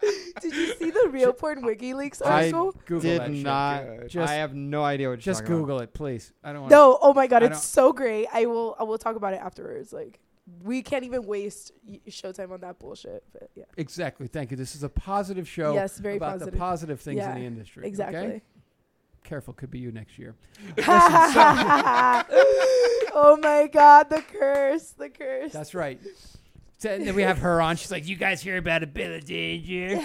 S2: Did you see the real porn WikiLeaks
S4: I
S2: article?
S3: Google that
S4: did
S3: shit.
S4: not.
S3: Just-
S4: I have no idea what you're
S3: Just
S4: talking about.
S3: Google it, please. I don't want
S2: No, oh my god,
S3: I
S2: it's so great. I will I will talk about it afterwards. Like we can't even waste y- showtime on that bullshit. But yeah.
S3: Exactly. Thank you. This is a positive show
S2: Yes, very
S3: about the
S2: positive.
S3: positive things
S2: Yeah,
S3: in the industry. okay?
S2: Exactly.
S3: Careful, could be you next year.
S2: oh my god, the curse, the curse.
S3: That's right. So, and then we have her on. She's like, "You guys hear about ability, did you?"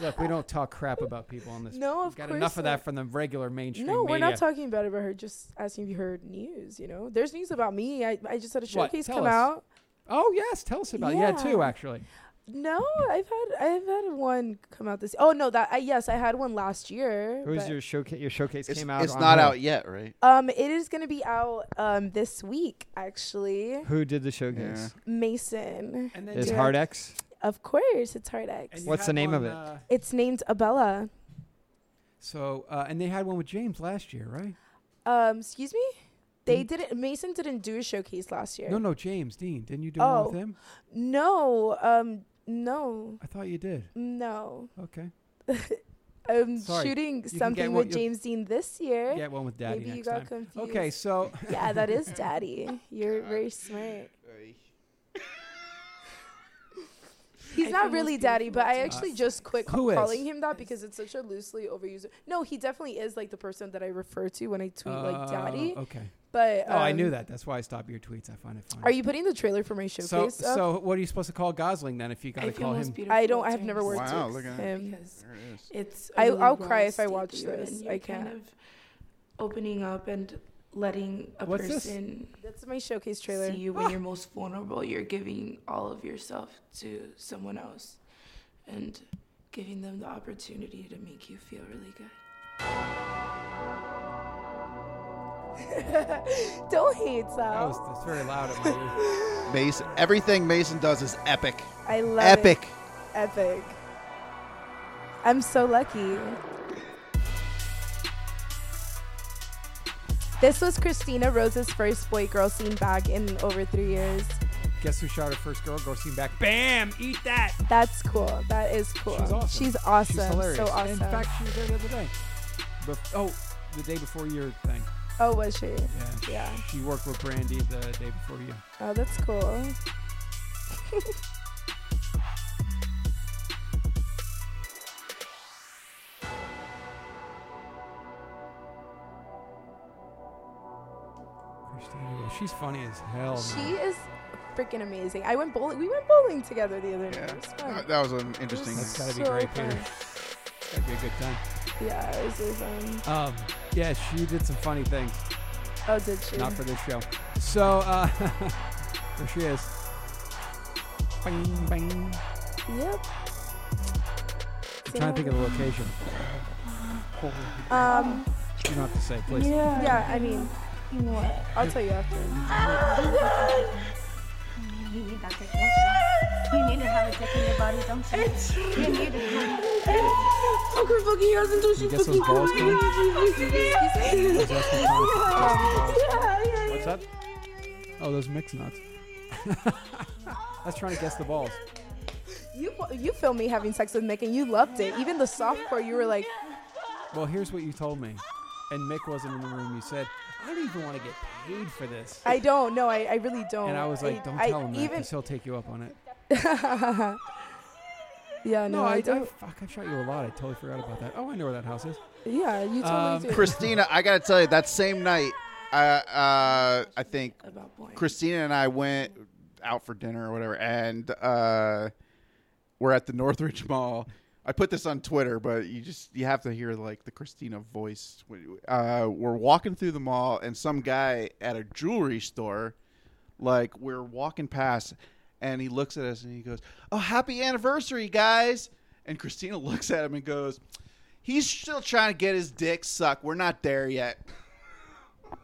S3: Look, we don't talk crap about people on this.
S2: No,
S3: We've
S2: of
S3: got
S2: course
S3: enough of
S2: not.
S3: that from the regular mainstream.
S2: No, we're
S3: media.
S2: not talking bad about her. Just asking if you heard news. You know, there's news about me. I, I just had a
S3: What?
S2: showcase
S3: Tell
S2: come
S3: us.
S2: out.
S3: Oh yes, tell us about. Yeah,
S2: Yeah.
S3: too actually.
S2: No, I've had I've had one come out this. Oh no, that I, yes, I had one last year.
S4: It was
S2: but-
S4: your showcase? Your showcase
S5: It's,
S4: came out.
S5: it's
S4: on
S5: not
S4: who?
S5: out yet, right?
S2: um, it is gonna be out um this week actually.
S4: Who did the showcase?
S2: Mason,
S3: And
S4: Is
S2: Yeah.
S4: Hard X?
S2: of course, it's Hard X.
S4: you- What's the name of it?
S2: It's named Abella.
S3: uh, so, uh, and they had one with James last year, right?
S2: Um, excuse me. They didn't. Mason didn't do a showcase last year.
S3: Mm. No, no, James Dean. Didn't you do one
S2: Oh.
S3: with him?
S2: No. Um. No.
S3: I thought you did.
S2: No.
S3: Okay,
S2: I'm
S3: Sorry.
S2: shooting
S3: can get
S2: something
S3: what
S2: with
S3: you-
S2: James Dean this year.
S3: get one with Daddy
S2: Maybe
S3: next
S2: you got
S3: time.
S2: confused.
S3: Okay, so
S2: yeah, that is Daddy. You're very smart. He's not really daddy, but I actually just quit ca-
S3: Who is?
S2: calling him that because it's such a loosely overused. No, he definitely is like the person that I refer to when I tweet like
S3: Uh,
S2: daddy.
S3: Okay.
S2: But
S3: Oh, I knew
S2: um,
S3: that. That's why I stopped your tweets. I find it funny.
S2: Are you putting the trailer for my showcase
S3: so?
S2: up?
S3: So, what are you supposed to call Gosling then? If you got to call him,
S2: I don't. I have never worked
S5: Wow,
S2: with
S5: look at that.
S2: him.
S5: There it is.
S10: It's
S2: I-
S10: really
S2: I'll cry if
S10: raw
S2: I
S10: state
S2: watch
S10: that you're in.
S2: this.
S10: You're
S2: I
S10: kind
S2: can't.
S10: of opening up and letting a
S3: What's this? Ah!
S10: person
S2: That's my showcase trailer.
S10: see you when you're most vulnerable. You're giving all of yourself to someone else and giving them the opportunity to make you feel really good.
S2: Don't hate
S3: that
S2: Sal.
S3: was that's very loud at my ear.
S5: Mason. Everything Mason does is epic.
S2: I love it.
S5: Epic.
S2: Epic. I'm so lucky. This was Christina Rose's first boy girl scene back in over three years.
S3: Guess who shot her first girl? Girl seen back. Bam! Eat that.
S2: That's cool. That is cool.
S3: She's awesome.
S2: She's awesome.
S3: She's hilarious.
S2: So
S3: In
S2: awesome.
S3: fact, she was there the other day. Bef- oh, the day before your thing.
S2: oh, was she?
S3: Yeah.
S2: Yeah.
S3: She worked with Brandy the day before you.
S2: Oh, that's cool.
S3: Christina, Ricci. she's funny as hell. Oh, man.
S2: She is freaking amazing. I went bowling. We went bowling together the other
S5: Yeah.
S2: night. It was fun.
S5: That- That was an interesting.
S3: That's gotta be
S2: so
S3: great,
S2: fun.
S3: Peter. That'd be a good time.
S2: Yeah, it was really fun.
S3: Um, yeah, she did some funny things.
S2: Oh, did she?
S3: Not for this show. So, uh, there she is. Bing, bing.
S2: Yep.
S3: I'm trying to think of the location.
S2: Um,
S3: You don't have to say, please.
S2: yeah, I mean,
S11: What?
S2: I'll tell you after.
S11: You need that dick in your- You need to have a dick in your body, don't you? You need to have
S2: Fucker fucking us until she
S11: guess those
S2: fucking
S11: balls
S2: comes.
S11: Excuse me?
S3: What's up? Oh, those mixed nuts. I was trying to guess the balls.
S2: You you filmed me having sex with Mick and you loved it. Even the softcore, you were like,
S3: Well, here's what you told me, and Mick wasn't in the room. You said, "I don't even want to get paid for this,"
S2: I don't. No, I, I really don't.
S3: and I was like, "Don't
S2: I-
S3: tell him that,
S2: even-
S3: 'cause he'll take you up on it."
S2: yeah, no, I, don't.
S3: fuck, I shot you a lot. I totally forgot about that. Oh, I know where that house is.
S2: yeah, you told
S3: Um,
S2: me to.
S5: Christina, I gotta tell you, that same night, uh, uh, I think Christina and I went out for dinner or whatever, and uh, we're at the Northridge Mall. I put this on Twitter, but you just you have to hear like the Christina voice. Uh, we're walking through the mall, and some guy at a jewelry store, like we're walking past, and he looks at us and he goes, "Oh, happy anniversary, guys!" And Christina looks at him and goes. He's still trying to get his dick sucked. We're not there yet.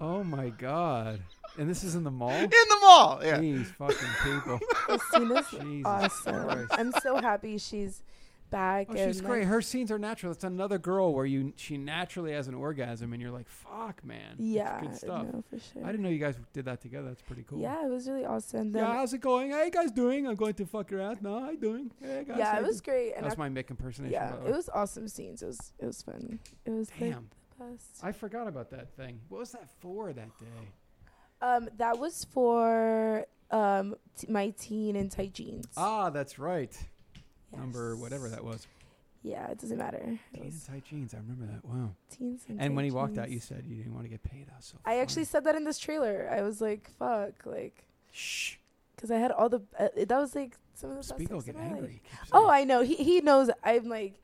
S3: Oh my god! And this is in the mall. In
S5: the mall, yeah.
S3: These fucking people.
S2: Christina's
S3: Jesus
S2: awesome.
S3: Christ.
S2: I'm so happy she's back.
S3: Oh, she's
S2: and,
S3: great.
S2: like,
S3: Her scenes are natural. It's another girl where you she naturally has an orgasm, and you're like, "Fuck, man." That's
S2: Yeah,
S3: good stuff.
S2: no, for sure.
S3: I didn't know you guys did that together. That's pretty cool.
S2: Yeah, it was really awesome. Then,
S3: yeah, how's it going? How you guys doing? I'm going to fuck your ass. No, how you doing? Hey, guys,
S2: Yeah,
S3: how
S2: it
S3: you
S2: was
S3: doing?
S2: great.
S3: That
S2: and
S3: was
S2: I-
S3: my Mick impersonation.
S2: Yeah,
S3: by the way.
S2: it was awesome scenes. It was it was fun. It was like,
S3: Damn.
S2: the best.
S3: I forgot about that thing. What was that for that day?
S2: Um, that was for um t- my teen and tight jeans.
S3: Ah, that's right. Number whatever that was.
S2: Yeah, it doesn't matter. It
S3: Teens and
S2: was
S3: tight jeans. I remember that. Wow.
S2: teens and,
S3: And when
S2: tight
S3: he walked out, you
S2: jeans.
S3: said you didn't want to get paid. I was so
S2: I actually said that in this trailer. I was like, "Fuck!" Like,
S3: shh,
S2: because I had all the. Uh, that was like some of the best.
S3: Spiegel
S2: sex of
S3: get
S2: my
S3: angry.
S2: life.
S3: He keeps
S2: Oh, I know. He he knows. I'm like,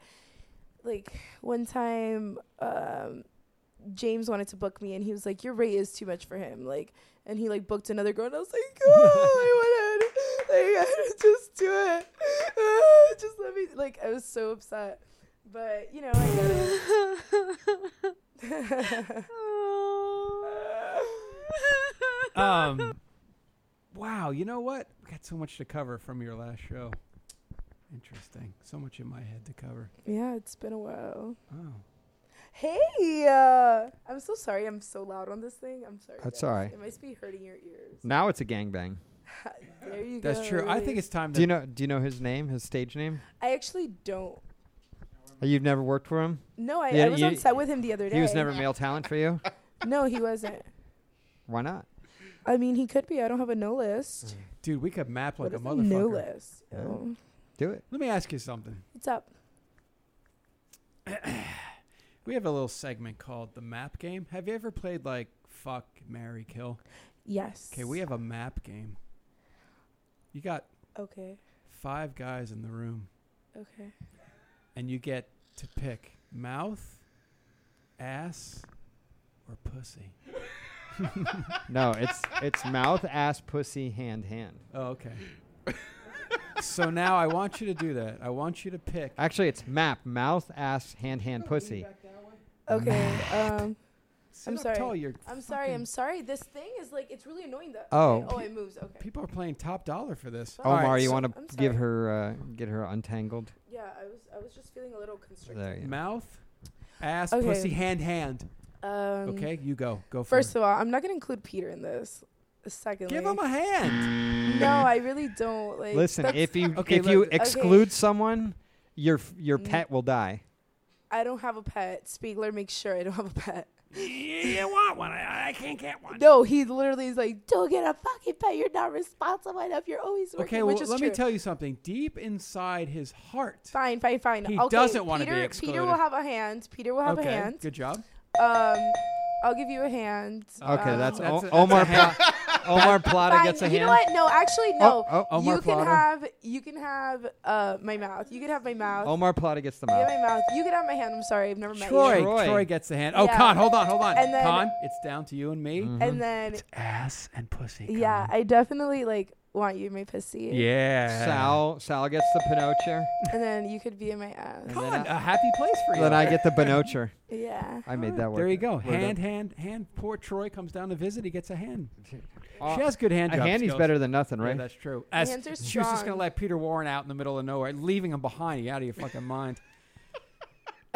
S2: like one time, um, James wanted to book me, and he was like, "Your rate is too much for him." Like, and he like booked another girl, and I was like, "Oh, I wanted, like, I just do it. Ah, just let me." Like, I was so upset, but you know, I got it.
S3: um, wow. You know what? We got so much to cover from your last show. Interesting. So much in my head to cover.
S2: yeah, it's been a while.
S3: Oh.
S2: Hey, uh, I'm so sorry. I'm so loud on this thing. I'm sorry.
S4: That's
S2: guys.
S4: all right.
S2: It must be hurting your ears.
S4: Now it's a gangbang.
S2: There you go.
S3: That's true. I think it's time to.
S4: Do you know? Do you know his name? His stage name?
S2: I actually don't.
S4: Uh, You've never worked for him?
S2: No, I,
S4: Yeah,
S2: I was
S4: you-
S2: on set with him the other day.
S4: He was never male talent for you.
S2: No, he wasn't.
S4: Why not?
S2: I mean, he could be. I don't have a no list.
S3: Dude, we could map Mm.
S2: What
S3: like
S2: is
S3: a
S2: a no
S3: motherfucker.
S2: list? Oh.
S4: Do it.
S3: Let me ask you something.
S2: What's up?
S3: We have a little segment called the map game. Have you ever played like fuck, marry, kill?
S2: Yes.
S3: Okay, we have a map game. You got
S2: Okay.
S3: five guys in the room,
S2: Okay.
S3: and you get to pick mouth, ass, or pussy.
S4: No, it's it's mouth, ass, pussy, hand, hand.
S3: Oh, okay. so now I want you to do that. I want you to pick.
S4: Actually, it's map, mouth, ass, hand, hand, pussy.
S2: Okay. Um,
S3: Sit
S2: I'm
S3: up
S2: sorry.
S3: tall, you're
S2: I'm sorry.
S3: fucking-
S2: I'm sorry. This thing is like it's really annoying. That.
S4: Oh.
S2: Okay. Oh, it moves. Okay.
S3: People are playing top dollar for this.
S4: Omar,
S3: All right,
S4: you
S3: so
S4: want
S2: I'm
S4: to give
S2: sorry.
S4: her uh, get her untangled?
S2: Yeah, I was. I was just feeling a little constricted.
S4: There you go.
S3: mouth, ass,
S2: Okay.
S3: pussy, hand, hand.
S2: Um,
S3: Okay, you go. Go for
S2: First
S3: it.
S2: of all, I'm not gonna include Peter in this. Secondly,
S3: Give him a hand.
S2: No, I really don't. Like,
S4: Listen,
S2: that's-
S4: if you
S3: Okay,
S4: if you
S3: let-
S2: okay. Mm.
S4: exclude someone, your f- your pet will die.
S2: I don't have a pet. Spiegler makes sure I don't have a pet.
S3: you want one? I, I can't get one.
S2: No, he literally is like, don't get a fucking pet. You're not responsible enough. You're always working,
S3: Okay, well,
S2: which is
S3: let
S2: true.
S3: me tell you something. Deep inside his heart,
S2: Fine, fine, fine.
S3: He
S2: okay,
S3: doesn't wanna be
S2: Peter- Peter will
S3: excluded.
S2: have a hand. Peter will have
S3: okay,
S2: a hand.
S3: Good job.
S2: Um, I'll give you a hand.
S4: Okay,
S2: Um,
S4: that's,
S3: That's
S4: o-
S3: a-
S4: Omar.
S3: that's a hand.
S4: Pla- Omar Plata
S2: Fine.
S4: gets a
S2: you
S4: hand.
S2: know what? No, actually, no.
S4: oh,
S3: Omar
S2: you can
S3: Plata.
S2: have you can have uh my mouth. You can have my mouth.
S3: Oh,
S4: Omar Plata gets the
S2: You
S4: mouth.
S2: have my mouth. You can have my hand. I'm sorry, I've never met
S3: Troy,
S2: you.
S4: Troy.
S3: Troy, gets the hand. Oh,
S2: Yeah.
S3: Con, hold on, hold on.
S2: And then-
S3: Con, it's down to you and me.
S2: And then
S3: Mm. Ass and pussy.
S2: yeah,
S3: Con.
S2: I definitely like want you in my pussy.
S3: Yeah.
S4: Sal Sal gets the Pinocchio.
S2: And then you could be in my ass.
S4: And then I-
S3: a happy place for you.
S4: Then I get the Binocher.
S2: Yeah.
S4: I made that work.
S3: There you go.
S4: Word up.
S3: Hand, hand, hand. Poor Troy comes down to visit. He gets a hand.
S4: Uh,
S3: she has good hand
S4: a
S3: job
S4: hand is
S3: skills.
S4: better than nothing,
S3: Yeah,
S4: right?
S3: that's true.
S2: Hands are
S3: she was just gonna
S2: strong.
S3: let Peter Warren out in the middle of nowhere, leaving him behind. You out of your fucking mind.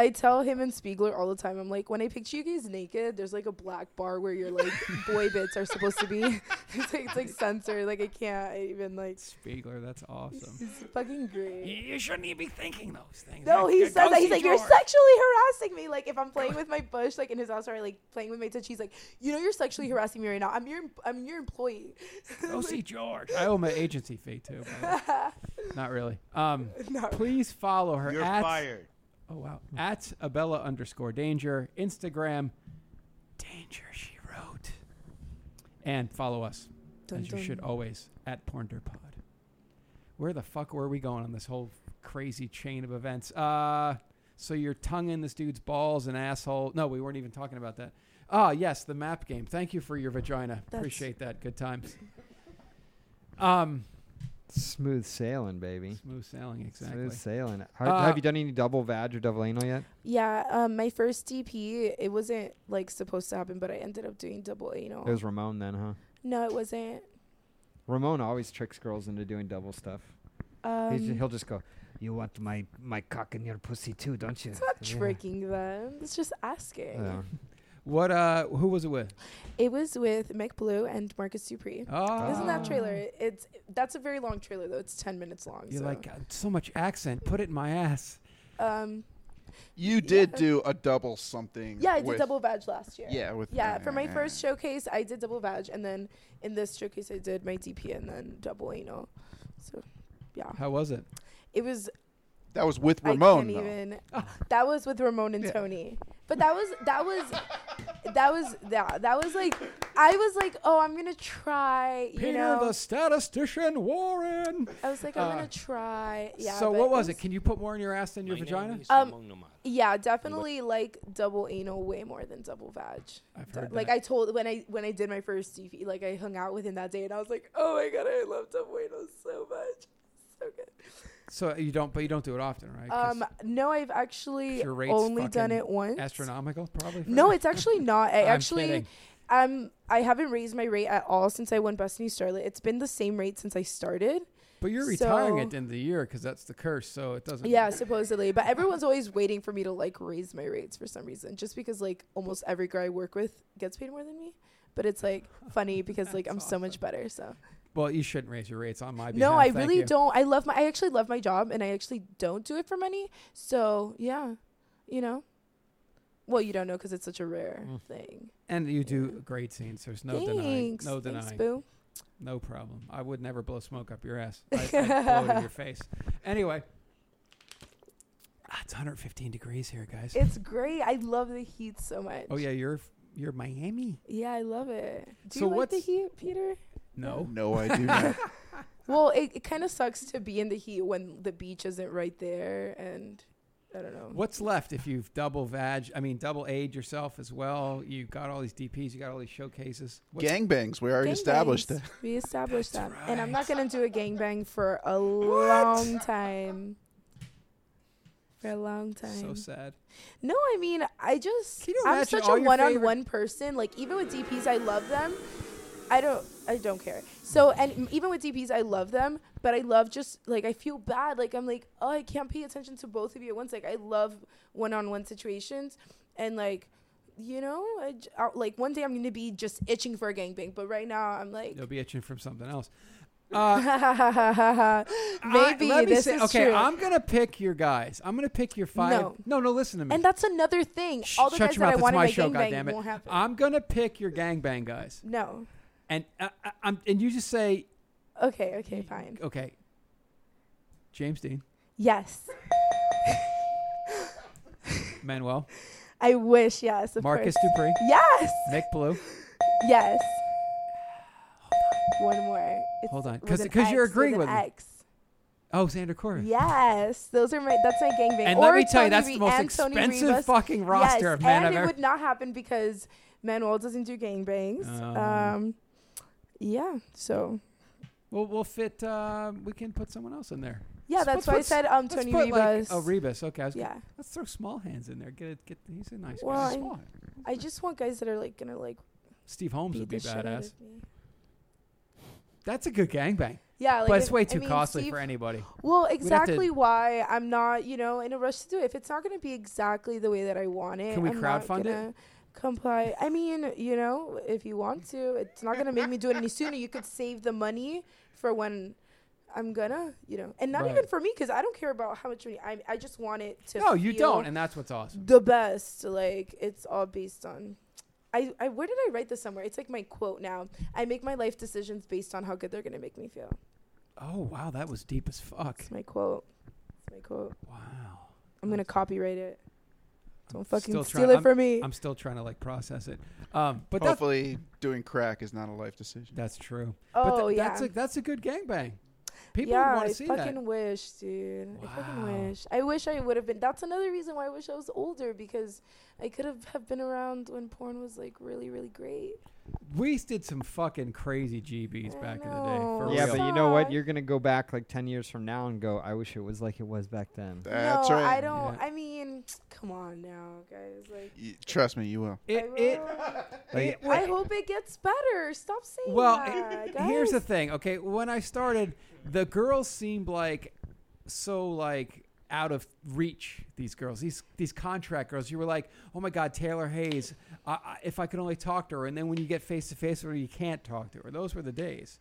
S2: I tell him and Spiegler all the time. I'm like, when I picture you guys naked, there's like a black bar where your like boy bits are supposed to be. it's like it's like censored. Like I can't even like.
S3: Spiegler, that's awesome.
S2: It's fucking great.
S3: You shouldn't even be thinking those things.
S2: No,
S3: Go-
S2: he
S3: go
S2: says that. He's
S3: see
S2: like, you're
S3: George."
S2: sexually harassing me. Like, if I'm playing with my bush, like in his house, or like playing with my touch, he's like, you know, you're sexually harassing me right now. I'm your, I'm your employee.
S3: Go see George. I owe him an agency fee too. by the way. Not really. Um,
S2: Not
S3: please follow her.
S12: You're
S3: at,
S12: fired.
S3: Oh wow.
S2: Hmm.
S3: At Abella underscore danger Instagram. Danger she wrote. And follow us
S2: Dun,
S3: as you should
S2: dun.
S3: always at PornDerPod. Where the fuck were we going on this whole crazy chain of events? Uh, so you're tonguing this dude's balls and asshole. No, we weren't even talking about that. Ah, yes, the map game. Thank you for your vagina.
S2: That's-
S3: Appreciate that. Good times. Um,
S4: Smooth sailing, baby.
S3: smooth sailing, exactly.
S4: Smooth sailing. How,
S3: Uh,
S4: have you done any double vag or double anal yet?
S2: Yeah, um, my first DP, it wasn't like supposed to happen, but I ended up doing double anal.
S4: It was Ramon then, huh?
S2: no, it wasn't.
S4: Ramon always tricks girls into doing double stuff. He's ju-
S2: Um,
S4: he'll just go, "You want my my cock in your pussy too, don't you?"
S2: it's not
S4: Yeah.
S2: tricking them. It's just asking.
S4: Yeah.
S3: What? Uh, who was it with?
S2: It was with Mick Blue and Marcus Dupree.
S3: Oh,
S2: Isn't
S4: Ah.
S2: that trailer? It's that's a very long trailer though. It's ten minutes long.
S3: You're
S2: so.
S3: like "God, so much accent. Put it in my ass.
S2: um,
S5: You did do a double something.
S2: Yeah, I did
S5: with-
S2: double badge last year.
S5: Yeah, with-
S2: yeah. For my
S5: yeah.
S2: first showcase, I did double badge, and then in this showcase, I did my DP and then double anal. So, yeah,
S3: How was it?
S2: it was.
S5: That was with
S2: I
S5: Ramon,
S2: can't
S5: though.
S2: even. That was with Ramon and Tony, but that was that was. That was that. That was like, I was like, oh, I'm gonna try. You
S3: Peter
S2: know,
S3: the statistician Warren.
S2: I was like, I'm
S3: Uh,
S2: gonna try. Yeah.
S3: so
S2: but
S3: what was it? Can you put more in your ass than your vagina?
S2: Um, yeah, definitely like double anal way more than double vag.
S3: I've
S2: Du-
S3: heard
S2: like
S3: that.
S2: I told when I when I did my first DV, like I hung out with him that day, and I was like, oh my god, I love double anal so much, so good.
S3: so you don't, but you don't do it often, right? 'Cause
S2: Um, no, I've actually
S3: your rate's
S2: only done
S3: fucking
S2: it once.
S3: Astronomical, probably. for
S2: No,
S3: you?
S2: it's actually not. I
S3: I'm
S2: actually,
S3: kidding.
S2: um, I haven't raised my rate at all since I won Best New Starlet. It's been the same rate since I started.
S3: But you're retiring
S2: so-
S3: at the end of the year because that's the curse. So it doesn't.
S2: Yeah, supposedly. But everyone's always waiting for me to like raise my rates for some reason, just because like almost every girl I work with gets paid more than me. But it's like funny because like I'm so much better. So
S3: Well, you shouldn't raise your rates on my.
S2: no,
S3: behalf.
S2: I
S3: Thank
S2: really
S3: you.
S2: don't. I love my. I actually love my job, and I actually don't do it for money. So yeah, you know. Well, you don't know because it's such a rare thing.
S3: And you do great scenes. There's Mm. no denying.
S2: Thanks.
S3: No
S2: Thanks,
S3: denying.
S2: boo.
S3: No problem. I would never blow smoke up your ass. I, I'd blow it in your face. Anyway, ah, it's 115 degrees here, guys.
S2: It's great. I love the heat so much.
S3: oh yeah, you're you're Miami.
S2: Yeah, I love it. Do
S3: So
S2: you like the
S3: what's-
S2: heat, Peter?
S3: No.
S5: No, I do not.
S2: Well, it, it kind of sucks to be in the heat when the beach isn't right there, and I don't know.
S3: What's left if you've double vag? I mean, double age yourself as well. You got all these DPs. You got all these showcases. What's
S5: Gangbangs. We already established
S2: Gangbangs.
S5: that.
S2: We established that, and I'm not gonna do a gangbang for a long time. For a long time.
S3: so sad?
S2: No, I mean, I just
S3: you
S2: I'm
S3: imagine
S2: such
S3: all
S2: a
S3: your
S2: one-on-one person. Like even with DPs, I love them. I don't I don't care. So and m- even with DPs, I love them, but I love just like I feel bad. Like I'm like oh I can't pay attention to both of you at once. Like I love one-on-one situations, and like you know I j- I- like one day I'm gonna be just itching for a gangbang, but right now I'm like
S3: You'll be itching from something else. Uh, I-
S2: maybe
S3: let me
S2: this
S3: say-
S2: is
S3: okay,
S2: true.
S3: I'm gonna pick your guys. I'm gonna pick your five.
S2: No.
S3: no, listen to me.
S2: and that's another thing. All the
S3: Shut
S2: guys
S3: your
S2: that I
S3: mouth. It's
S2: wanted
S3: my
S2: my
S3: show.
S2: gangbang
S3: goddammit.
S2: won't happen.
S3: I'm gonna pick your gangbang guys,
S2: no.
S3: and uh, I, I'm and you just say
S2: Okay. Okay. Fine.
S3: okay. James Dean,
S2: Yes.
S3: Manuel,
S2: I wish, yes. Of
S3: Marcus
S2: course.
S3: Dupree,
S2: Yes.
S3: Nick Blue.
S2: Yes. One more. It's
S3: Hold on,
S2: with
S3: because
S2: an
S3: because you're
S2: X,
S3: agreeing with
S2: an
S3: me.
S2: X.
S3: Oh, Xander Corr.
S2: Yes. Those are my that's my gangbang.
S3: And
S2: or
S3: let me tell
S2: Tony
S3: you, that's the
S2: Re-
S3: most
S2: and Tony
S3: expensive
S2: Rebus.
S3: fucking roster
S2: yes,
S3: of men
S2: And
S3: I've
S2: it
S3: ever-
S2: would not happen because Manuel doesn't do gangbangs.
S3: Oh.
S2: Um yeah. Um, So
S3: We'll we'll fit. Uh, we can put someone else in there.
S2: Yeah,
S3: Let's
S2: that's
S3: put-
S2: why I
S3: let's-
S2: said, um,
S3: let's
S2: Tony
S3: put, like-
S2: Rebus.
S3: oh, Rebus. Okay. I was
S2: Yeah.
S3: yeah. Let's throw small hands in there. Get it. Get. He's a nice
S2: Well,
S3: guy. Small
S2: I,
S3: Hands.
S2: I just want guys that are like gonna like.
S3: Steve Holmes
S2: beat
S3: would be
S2: the shit out
S3: badass.
S2: of me.
S3: That's a good gangbang.
S2: Yeah, like
S3: but it's
S2: if-
S3: way
S2: I
S3: too
S2: mean,
S3: costly
S2: Steve-
S3: for anybody.
S2: Well,
S3: We'd have to-
S2: exactly why I'm not, you know, in a rush to do it. If it's not going to be exactly the way that I want it,
S3: Can we
S2: I'm not
S3: crowdfund it?
S2: gonna Comply. I mean, you know, if you want to, it's not going to make me do it any sooner. You could save the money for when I'm gonna, you know, and not
S3: Right.
S2: even for me because I don't care about how much money I. I just want it to.
S3: No, you
S2: feel
S3: don't, and that's what's awesome.
S2: The best, like it's all based on. I, I where did I write this somewhere? It's like my quote now. I make my life decisions based on how good they're gonna make me feel.
S3: Oh wow, that was deep as fuck. That's
S2: my quote. That's my quote.
S3: Wow.
S2: I'm gonna copyright it. Don't fucking
S3: Still
S2: steal
S3: try-
S2: it from
S3: I'm-
S2: me.
S3: I'm still trying to like process it. Um,
S4: Oh,
S3: but that's
S5: Hopefully, doing crack is not a life decision.
S3: That's true.
S2: oh
S3: but tha-
S2: yeah,
S3: that's a that's a good gangbang. People
S2: yeah,
S3: would want
S2: I
S3: to see
S2: fucking
S3: that.
S2: wish, dude. I fucking
S3: Wow.
S2: wish. I wish I would have been. That's another reason why I wish I was older because I could have have been around when porn was like really really great.
S3: We did some fucking crazy GBs back in the day. For
S4: yeah,
S3: real.
S4: but you know what? You're gonna go back like ten years from now and go, "I wish it was like it was back then."
S5: That's
S2: no,
S5: right.
S2: I don't.
S5: Yeah.
S2: I mean, come on now, guys. Like,
S5: Y- Trust me, you will.
S3: It,
S2: I,
S5: Like-
S2: I hope it gets better. Stop saying
S3: Well,
S2: that.
S3: it- here's the
S2: guys.
S3: thing. Okay, when I started, the girls seemed like so like out of reach. These girls, these these contract girls. You were like, oh my god, Taylor Hayes. I, I, if I could only talk to her. And then when you get face to face with her, you can't talk to her. Those were the days.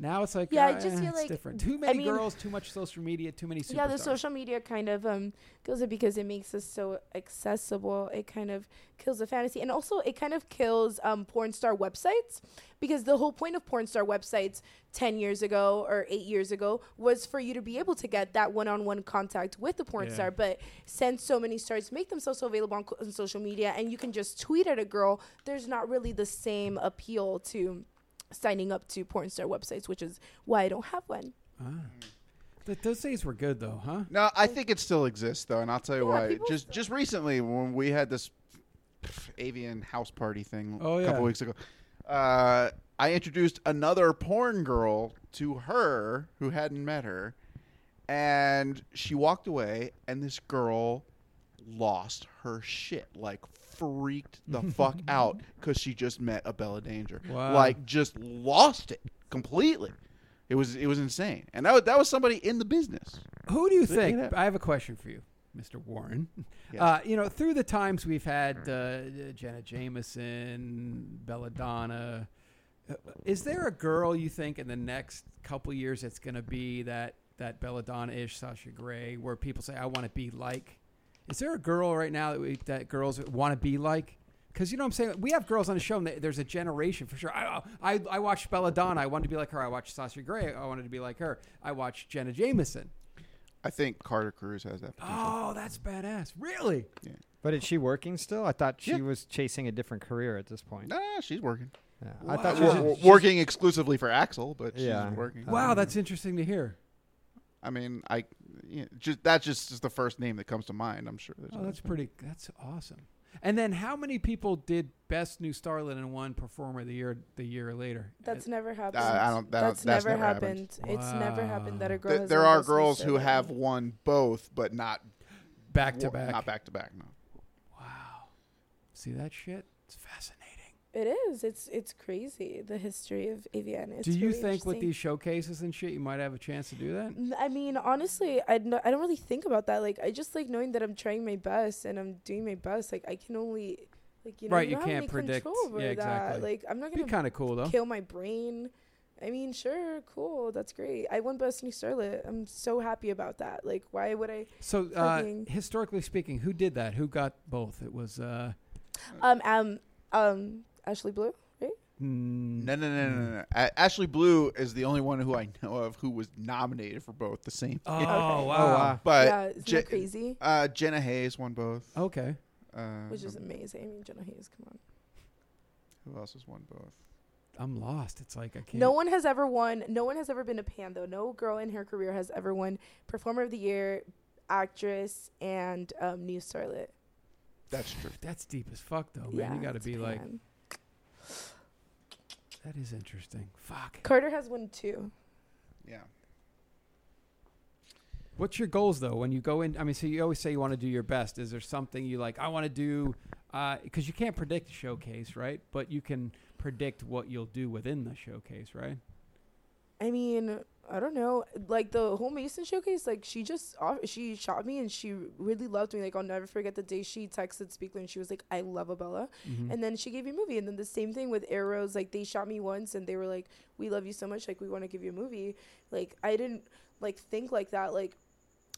S3: Now it's like
S2: Yeah, I
S3: uh,
S2: just feel
S3: it's
S2: like-
S3: different. Too
S2: I
S3: many
S2: mean-
S3: girls, too much social media, too many superstars.
S2: Yeah, the social media kind of um kills it because it makes us so accessible. It kind of kills the fantasy, and also it kind of kills um porn star websites because the whole point of porn star websites ten years ago or eight years ago was for you to be able to get that one-on-one contact with the porn
S12: Yeah.
S2: star. But since so many stars make themselves so available on, co- on social media, and you can just tweet at a girl, there's not really the same appeal to signing up to porn star websites, which is why I don't have one.
S3: Ah. Th- those days were good though, huh?
S5: No, I think it still exists though, and I'll tell you
S3: Yeah,
S5: why.
S3: people
S5: Just just recently when we had this pff, avian house party thing
S3: Oh,
S5: a
S3: yeah.
S5: couple weeks ago, uh, I introduced another porn girl to her who hadn't met her, and she walked away, and this girl lost her shit, like freaked the fuck out because she just met a Bella Danger,
S3: Wow.
S5: like just lost it completely. It was it was insane, and that was, that was somebody in the business.
S3: Who do you
S5: Look at
S3: think?
S5: that.
S3: I have a question for you, Mr. Warren.
S5: Yes.
S3: Uh, you know, through the times we've had uh, Jenna Jameson, Belladonna, uh, is there a girl you think in the next couple years that's going to be that that Belladonna-ish Sasha Grey, where people say, "I want to be like"? Is there a girl right now that, we, that girls want to be like? Because you know what I'm saying? We have girls on the show, and th- there's a generation for sure. I, uh, I, I watched Belladonna. I wanted to be like her. I watched Sasha Grey. I wanted to be like her. I watched Jenna Jameson.
S5: I think Carter Cruz has that. Potential.
S3: Oh, that's badass. Really?
S4: But is she working still? I thought she
S5: Yeah.
S4: was chasing a different career at this
S3: Oh.
S4: point.
S5: No, she's working.
S4: Yeah. I thought she
S5: Wo-
S4: was
S5: wo-
S4: she's-
S5: working exclusively for Axel, but
S4: Yeah.
S5: she's working.
S3: Wow, that's interesting to hear.
S5: I mean, I you know, just that's just, just the first name that comes to mind. I'm sure. There's
S3: Oh,
S5: others.
S3: that's pretty. That's awesome. And then, how many people did Best New Starlet and won Performer the year the year later? Uh,
S2: That's never happened.
S5: I don't- that
S2: that's
S5: don't- that's
S2: never,
S5: never
S2: happened.
S5: happened.
S2: It's never happened that a girl.
S5: Th-
S2: has
S5: there
S2: won
S5: are
S2: Best New
S5: girls who
S2: Starlet.
S5: have won both, but not
S3: Back to
S5: wo-
S3: back.
S5: Not back to back. No.
S3: See that shit? It's fascinating.
S2: It is. It's it's crazy. The history of AVN. It's
S3: do you
S2: really
S3: think with
S2: interesting.
S3: these showcases and shit, you might have a chance to do that?
S2: N- I mean, honestly, I no, I don't really think about that. Like, I just like knowing that I'm trying my best and I'm doing my best. Like, I can only, like, you know,
S3: Right,
S2: I
S3: you
S2: don't have
S3: can't
S2: any
S3: predict.
S2: control over
S3: Yeah,
S2: that.
S3: exactly.
S2: Like, I'm not
S3: Be
S2: gonna
S3: kinda cool, though.
S2: Kill my brain. I mean, sure, cool, that's great. I won Best New Starlet. I'm so happy about that. Like, why would I?
S3: So, uh,
S2: fucking-
S3: historically speaking, who did that? Who got both? It was uh,
S2: um, um, um, Ashley Blue, right?
S4: Hmm.
S3: Mm.
S5: No, no, no, no, no, no. A- Ashley Blue is the only one who I know of who was nominated for both the same.
S3: Oh,
S5: year.
S3: wow. Oh, wow.
S5: But
S2: Yeah, isn't
S5: Je-
S2: that crazy?
S5: Uh, Jenna Hayes won both.
S3: Okay.
S5: Uh,
S2: Which is amazing. I mean, Jenna Hayes, come on.
S5: who else has won both?
S3: I'm lost. It's like I can't.
S2: No one has ever won. No one has ever been a pan though. No girl in her career has ever won Performer of the Year, Actress, and um, New Starlet.
S5: That's true.
S3: Oh, That's deep as fuck, though, man.
S2: Yeah,
S3: you got to
S2: it's
S3: be like.
S2: pan.
S3: That is interesting. Fuck.
S2: Carter has one too.
S5: Yeah.
S3: What's your goals though when you go in? I mean, so you always say you want to do your best. Is there something you like? I want to do because you can't predict the showcase, right? But you can predict what you'll do within the showcase, right?
S2: I mean, I don't know. Like the whole Mason showcase, like she just off- she shot me and she really loved me. Like I'll never forget the day she texted Speaker and she was like, "I love Abella,"
S3: Mm-hmm.
S12: Mhm.
S2: and then she gave me a movie. And then the same thing with Arrows. Like they shot me once and they were like, "We love you so much. Like we want to give you a movie." Like I didn't like think like that. Like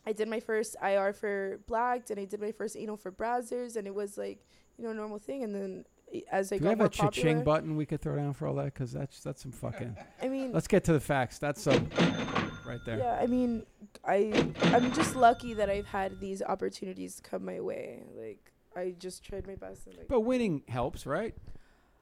S2: I did my first IR for Blacked and I did my first anal for Brazzers and it was like you know a normal thing. And then eh, as I
S3: Do
S2: got
S3: we have
S2: more
S3: a cha-ching
S2: popular,
S3: button we could throw down for all that? Because that's that's some fucking.
S2: I mean-
S3: let's get to the facts. That's some right there.
S2: Yeah, I mean, I I'm just lucky that I've had these opportunities come my way. Like I just tried my best. And, like,
S3: But winning helps, right?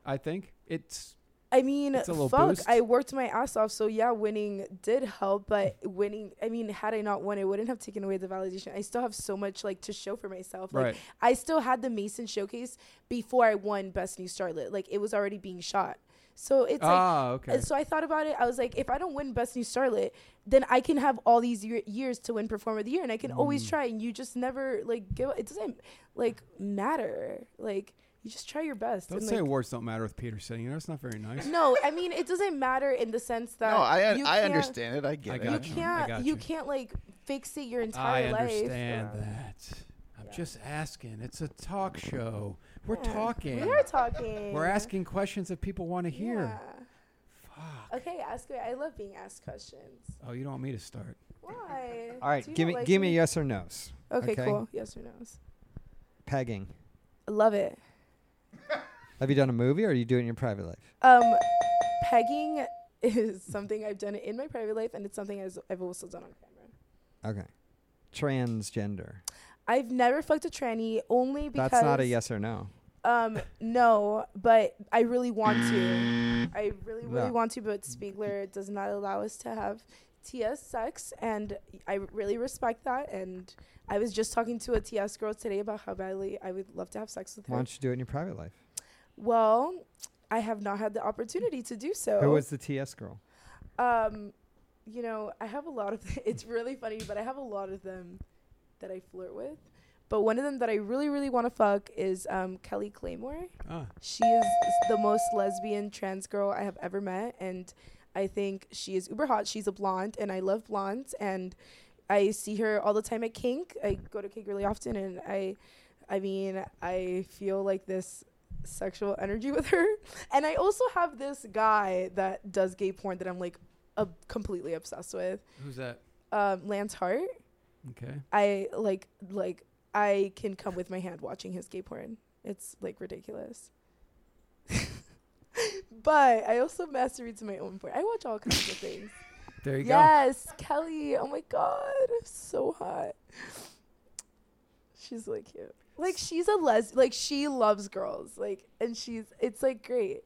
S3: I think it's.
S2: I mean,
S3: it's a little
S2: fuck,
S3: boost.
S2: I worked my ass off. So yeah, winning did help, but winning, I mean, had I not won, I wouldn't have taken away the validation. I still have so much like to show for myself. Like
S12: Right.
S2: I still had the Mason showcase before I won Best New Starlet. Like it was already being shot. So it's
S3: Ah,
S2: like,
S3: okay.
S2: and so I thought about it. I was like, if I don't win Best New Starlet, then I can have all these year- years to win Performer of the Year, and I can always
S12: Mm.
S2: try. And you just never like give. It doesn't like matter. Like you just try your best.
S3: Don't
S2: and,
S3: say
S2: like,
S3: awards don't matter with Peter sitting there. That's not very nice.
S2: no, I mean it doesn't matter in the sense that
S5: no, I
S2: you
S5: I
S2: can't-
S5: understand it. I get
S3: I
S5: it.
S3: got
S2: You
S3: I
S2: can't
S3: got
S2: you
S3: you.
S2: can't like fix it your
S3: I
S2: entire life.
S3: understand that. I'm just asking. It's a talk show. We're
S2: Yeah.
S3: talking.
S2: We are talking.
S3: We're asking questions that people want to hear.
S2: Okay, ask me. I love being asked questions.
S3: Oh, you don't want me to start.
S2: Why?
S4: All right,
S2: Do you
S4: give
S2: not
S4: me
S2: like
S4: give me yes or no's.
S2: Okay, cool. Yes or no's.
S4: Pegging.
S2: I love it.
S4: Have you done a movie or are you doing it in your private life?
S2: Um, pegging is something I've done in my private life, and it's something as- I've also done on camera.
S4: Okay. Transgender.
S2: I've never fucked a tranny only because
S4: That's not a yes or no.
S2: Um, no, but I really want to. I really, really
S4: No.
S2: want to, but Spiegler does not allow us to have TS sex, and I really respect that. And I was just talking to a TS girl today about how badly I would love to have sex with her.
S4: Why don't you do it in your private life?
S2: Well, I have not had the opportunity to do so.
S4: Who was the TS girl?
S2: Um, you know, I have a lot of. it's really funny, but I have a lot of them that I flirt with. But one of them that I really, really want to fuck is um, Kelly Claymore.
S3: Ah.
S2: She is s- the most lesbian trans girl I have ever met, and I think she is uber hot. She's a blonde, and I love blondes, and I see her all the time at Kink. I go to Kink really often, and I, I mean, I feel like this sexual energy with her, and I also have this guy that does gay porn that I'm like, uh, completely obsessed with.
S3: Who's that?
S2: Um, Lance Hart.
S3: Okay.
S2: I like like I can come with my hand watching his gay porn. It's like ridiculous. but I also masturbate to my own porn. I watch all kinds of things.
S3: There you Um,
S2: yes, Kelly. Oh my god, so hot. She's really cute. Like she's a les like she loves girls. Like and she's it's like great.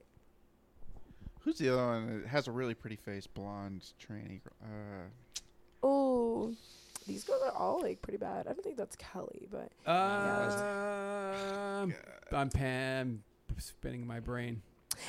S5: Who's the other one that has a really pretty face, blonde tranny? girl? Uh,
S2: Oh, these girls are all like pretty bad. I don't think that's Kelly, but
S3: go. Um, I'm Pam spinning my brain.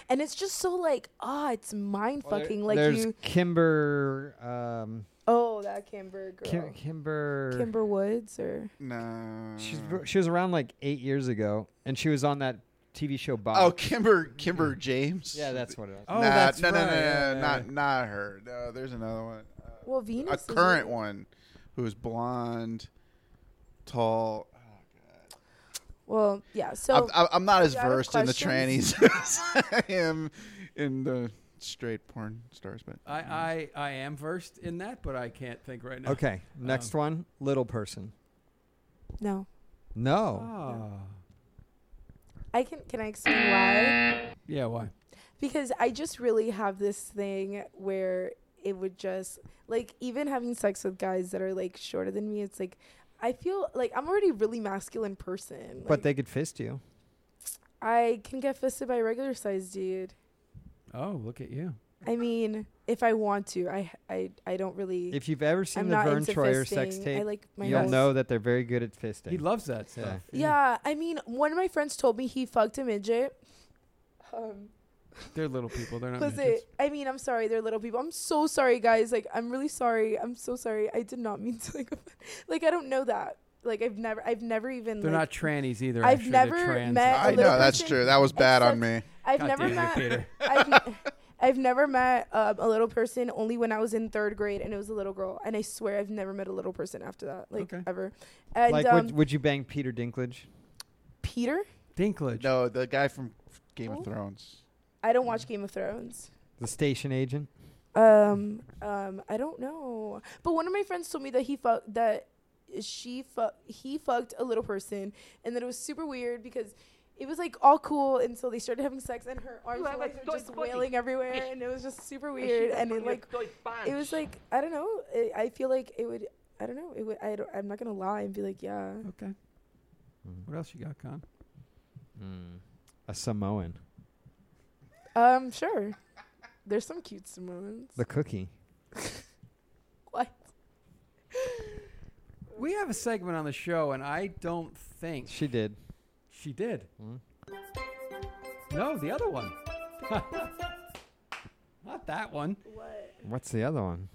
S2: and it's just so like ah, it's mind fucking like
S4: There's
S2: you.
S4: Kimber. Um,
S2: Oh, that Kimber girl.
S4: Kim, Kimber.
S2: Kimber Woods or
S5: no.
S4: She's, r- she was around like eight years ago, and she was on that TV show Bob.
S5: Oh, Kimber Kimber James.
S4: Yeah, that's what it was.
S5: nah,
S4: Oh, that's
S5: no, no,
S4: right,
S5: no,
S4: yeah,
S5: no,
S4: yeah,
S5: not
S4: yeah.
S5: not her. No, there's another one. Uh,
S2: Well, Venus is
S5: a current
S2: a-
S5: one, who is blonde, tall.
S2: well, yeah. So
S5: I'm, I'm not as
S2: you're out of
S5: versed in the
S2: questions?
S5: trannies as I am in the straight porn stars, but
S3: I, I I am versed in that, but I can't think right now.
S4: Okay, next one. Little person.
S2: No. Oh,
S4: No.
S3: Ah.
S2: I can can I explain why?
S3: Yeah. Why?
S2: Because I just really have this thing where it would just like even having sex with guys that are like shorter than me, it's like I feel like I'm already a really masculine person. Like,
S4: But they could fist you.
S2: I can get fisted by a regular sized dude.
S3: Oh, look at you.
S2: I mean, if I want to, I I, I don't really.
S4: If you've ever seen
S2: I'm
S4: the
S2: not
S4: Vern
S2: into
S4: Troyer sex
S2: fisting.
S4: tape,
S2: I like my
S4: you'll
S2: hands.
S4: know that they're very good at fisting.
S3: He loves that
S4: Yeah.
S3: stuff.
S2: Yeah, I mean, one of my friends told me he fucked a midget. Um,
S3: They're little people. They're not.
S2: Was
S3: midgets.
S2: it? I mean, I'm sorry. They're little people. I'm so sorry, guys. Like, I'm really sorry. I'm so sorry. I did not mean to. Like, offend- like I don't know that. Like, I've never, I've never even.
S3: They're
S2: like,
S3: not trannies either.
S2: I've
S3: actually.
S2: never
S3: They're trans.
S2: met
S5: I know that's true. That was bad on me.
S2: I've
S3: God
S2: never
S3: damn it,
S2: met.
S3: Peter.
S2: I've, n- I've never met um, a little person only when I was in third grade and it was a little girl. And I swear I've never met a little person after that, like ever. And
S4: like,
S2: um,
S4: would, would you bang Peter Dinklage?
S2: Peter,
S3: Dinklage.
S5: No, the guy from Game
S2: Oh,
S5: of Thrones.
S2: I don't watch Game of Thrones.
S4: The station agent?
S2: Um, um, I don't know. But one of my friends told me that he fucked that she fuck he fucked a little person, and that it was super weird because it was like all cool until they started having sex, and her arms
S10: You have
S2: were
S10: a
S2: like
S10: toy
S2: just
S10: pussy.
S2: wailing everywhere, and it was just super
S10: should
S2: weird,
S10: have
S2: and
S10: put
S2: it
S10: your
S2: like
S10: toy
S2: it was like I don't know. I I feel like it would. I don't know. It would. I don't, I'm not gonna lie and be like, yeah.
S3: Okay. What else you got, Con?
S4: A Samoan.
S2: Um, sure. There's some cute Samoans.
S4: The cookie.
S2: What?
S3: We have a segment on the show, and I don't think
S4: She Hmm? did.
S3: she did. No, the other one. Not that one.
S4: What's the other one?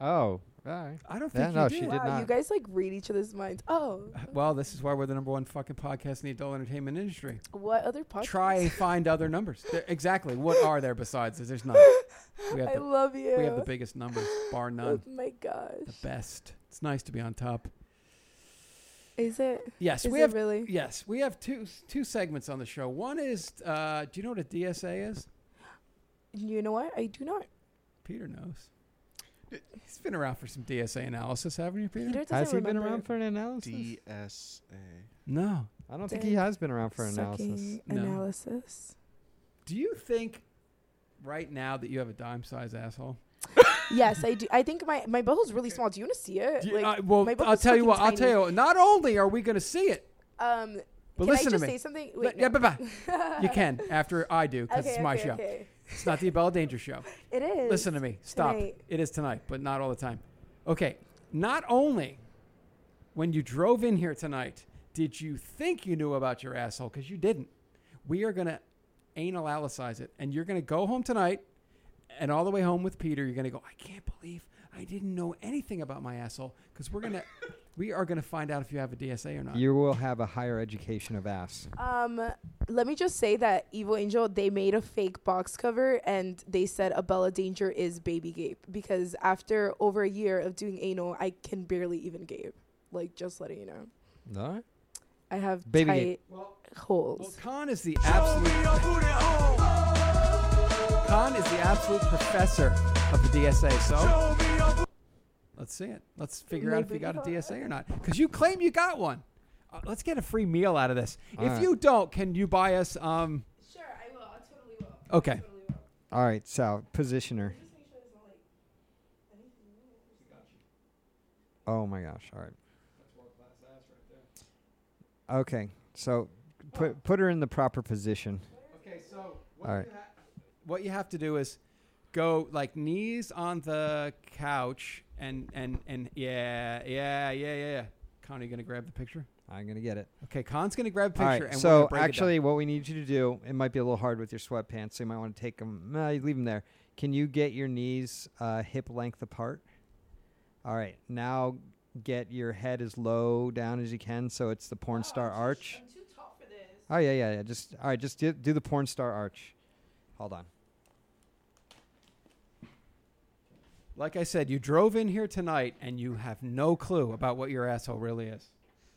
S4: Oh. All right.
S3: I don't
S4: Yeah,
S3: think
S4: no,
S3: you
S4: she
S3: did.
S4: did
S2: Wow,
S4: not.
S2: you guys like read each other's minds. Oh,
S3: Well, this is why we're the number one fucking podcast in the adult entertainment industry.
S2: what other podcast?
S3: Try and find other numbers. There- exactly. What are there besides this? There's none. We
S2: I love you.
S3: We have the biggest numbers, bar none.
S2: Oh my gosh.
S3: The best. It's nice to be on top.
S2: Is it?
S3: Yes,
S2: Is
S3: we
S2: it
S3: have
S2: really.
S3: yes, we have two two segments on the show. One is, uh, do you know what a DSA is?
S2: You know what? I do not.
S3: Peter knows. He's been around for some DSA analysis, haven't you, Peter?
S2: Peter doesn't
S4: Has he been
S2: remember
S4: around for an analysis?
S5: DSA.
S3: No.
S4: I don't think he has been around for an analysis.
S2: sucking
S3: No.
S2: analysis.
S3: Do you think right now that you have a dime size asshole?
S2: yes, I do. I think my my butthole's really small. Do you want to see it?
S3: Do you-
S2: Like,
S3: uh, well,
S2: my
S3: I'll
S2: butthole's
S3: tell
S2: fucking
S3: you what. I'll
S2: tiny.
S3: tell you. What, not only are we going to see it,
S2: Um,
S3: but
S2: can
S3: listen
S2: I just
S3: to me.
S2: say something? Wait,
S3: Let- yeah,
S2: no.
S3: bye-bye. you can after I do because
S2: okay,
S3: it's my
S2: okay,
S3: show.
S2: okay.
S3: It's not the Abella Danger show.
S2: It is.
S3: Listen to me. Stop.
S2: tonight.
S3: It is tonight, but not all the time. Okay. Not only when you drove in here tonight did you think you knew about your asshole because you didn't. We are going to anal alicize it, and you're going to go home tonight, and all the way home with Peter, you're going to go. I can't believe I didn't know anything about my asshole because we're gonna we are going to find out if you have a DSA or not.
S4: You will have a higher education of ass.
S2: Um, let me just say that Evil Angel they made a fake box cover and they said Abella Danger is baby gape because after over a year of doing anal, I can barely even gape. Like just letting you know,
S4: All right.
S2: I have
S4: Baby
S2: tight
S4: gape.
S3: Well,
S2: holes.
S3: Khan is the absolute. Khan is the absolute professor of the DSA. So let's see it. Let's figure out if you got a DSA or not. Because you claim you got one. Uh, let's get a free meal out of this.
S4: All
S3: if
S4: right.
S3: you don't, can you buy us? Um.
S2: Sure, I will. I totally will.
S3: Okay.
S4: All right, Sal, positioner. Oh my gosh! All right. Okay, so put put her in the proper position.
S3: Okay. So
S4: All right.
S3: what you have to do is go like knees on the couch and and and yeah yeah yeah yeah. yeah. Khan, are you gonna grab the picture?
S4: I'm gonna get it.
S3: Okay, Khan's gonna grab a picture.
S4: All right.
S3: and we're gonna
S4: so
S3: break it down.
S4: actually, what we need you to do, it might be a little hard with your sweatpants, so you might want to take them. Nah, you leave them there. Can you get your knees uh, hip length apart? All right. Now get your head as low down as you can, so it's the porn star arch.
S10: Oh, too tall for this.
S4: Oh yeah, yeah, yeah. Just all right. Just do, do the porn star arch. Hold on.
S3: Like I said, you drove in here tonight and you have no clue about what your asshole really is.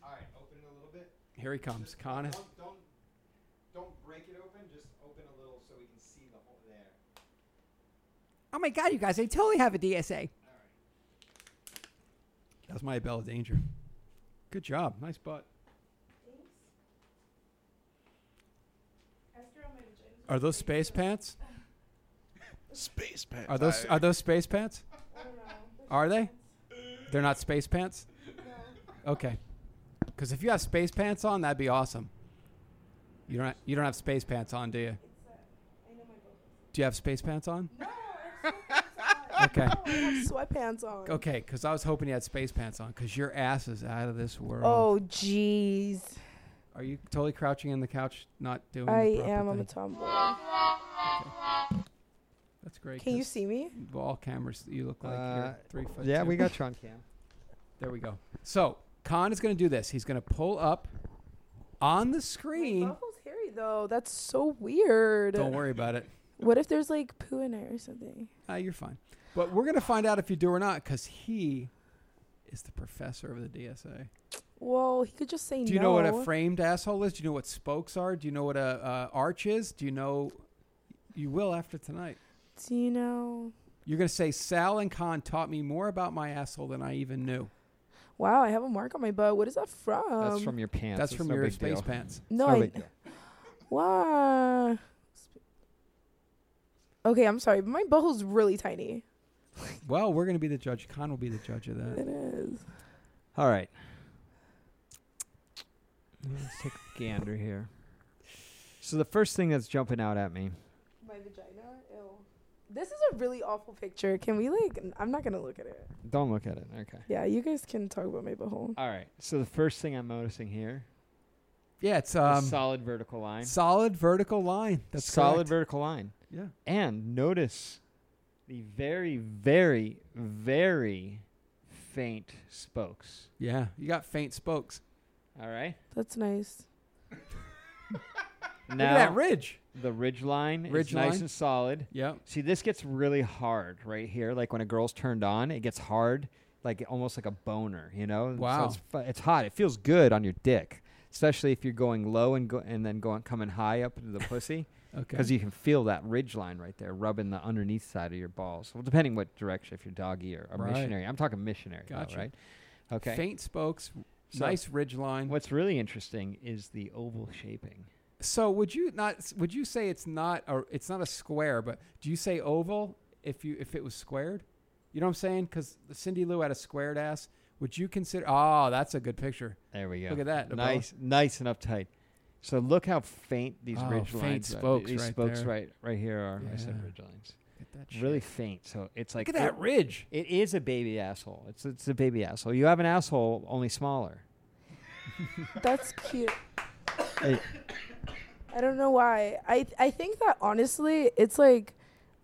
S4: All right, open it a little bit.
S3: Here he comes. Con is.
S4: don't don't break it open. Just open a little so we can see the whole there.
S3: Oh my God, you guys, I totally have a DSA. That was my bell of danger. Good job. Nice butt. Are those space pants?
S7: Space pants.
S3: Are those are those space pants? Are they? They're not space pants? Okay. Because if you have space pants on, that'd be awesome. You don't you don't have space pants on, do you? Do you have space pants on? Okay.
S2: Oh, I have sweatpants on.
S3: Okay, because I was hoping you had space pants on, because your ass is out of this world.
S2: Oh jeez,
S3: Are you totally crouching in the couch, not doing?
S2: I
S3: the proper
S2: am. I'm a
S3: thing?
S2: tomboy.
S3: That's great.
S2: Can you
S3: 'cause
S2: see me?
S3: with All cameras, you look like
S4: Uh,
S3: you're three foot.
S4: yeah,
S3: two.
S4: we got you on cam.
S3: There we go. So Khan is going to do this. He's going to pull up on the screen.
S2: Buffalo's hairy though. That's so weird.
S3: Don't worry about it.
S2: What if there's like poo in it or something?
S3: Uh, you're fine. But we're going to find out if you do or not because he is the professor of the DSA.
S2: Whoa, he could just say no.
S3: Do you know what a framed asshole is? Do you know what spokes are? Do you know what a uh, arch is? Do you know? You will after tonight.
S2: Do you know?
S3: You're going to say Sal and Khan taught me more about my asshole than I even knew.
S2: Wow, I have a mark on my butt. What is that from?
S4: That's from your
S3: Um,
S4: pants.
S3: That's
S4: It's
S3: from
S4: no
S3: your
S4: big
S3: space
S4: deal.
S3: pants.
S2: No,
S4: no
S2: I-
S4: big deal.
S2: Wow. Okay, I'm sorry, but my butthole's really tiny.
S3: Well, we're going to be the judge. Khan will be the judge
S4: Uh.
S3: of that.
S2: It is.
S4: All right. Let's take a gander here. So the first thing that's jumping out at me.
S2: My vagina? Ew. This is a really awful picture. Can we like? n- I'm not gonna look at it.
S4: Don't look at it. Okay.
S2: Yeah, you guys can talk about my butthole.
S4: All right. So the first thing I'm noticing here
S3: Yeah, it's
S4: is
S3: um,
S4: solid vertical line.
S3: solid vertical line. That's
S4: solid
S3: correct.
S4: vertical line.
S3: Yeah.
S4: And notice the very, very, very faint spokes.
S3: Yeah, you got faint spokes.
S4: All right.
S2: That's nice.
S4: Now
S3: Look at that ridge.
S4: the ridge line
S3: Ridge
S4: is nice
S3: line.
S4: and solid.
S3: Yep.
S4: See, this gets really hard right here. Like when a girl's turned on, it gets hard, like almost like a boner, you know? And
S3: Wow.
S4: So it's, fu- it's hot. It feels good on your dick, especially if you're going low and go- and then going coming high up into the pussy,
S3: Okay.
S4: because you can feel that ridge line right there, rubbing the underneath side of your balls. Well, depending what direction, if you're doggy or, or
S3: Right.
S4: missionary. I'm talking missionary, though,
S3: Gotcha.
S4: right? Okay.
S3: Faint spokes,
S4: So-
S3: nice ridge line.
S4: What's really interesting is the oval shaping.
S3: So would you not? Would you say it's not a? It's not a square, but do you say oval if you if it was squared? You know what I'm saying? Because Cindy Lou had a squared ass. Would you consider? Oh, that's a good picture.
S4: There we go.
S3: Look at that, Nabella.
S4: Nice, nice and uptight. So look how faint these
S3: Oh,
S4: ridge
S3: faint
S4: lines are.
S3: spokes
S4: These
S3: right
S4: spokes
S3: there.
S4: right right here are. I said
S3: Yeah.
S4: ridge lines.
S3: Look at that.
S4: Really
S3: shit.
S4: faint. So it's like
S3: Look at that
S4: it,
S3: ridge.
S4: it is a baby asshole. It's it's a baby asshole. You have an asshole only smaller.
S2: That's cute.
S4: Hey.
S2: I don't know why. I I think that honestly, it's like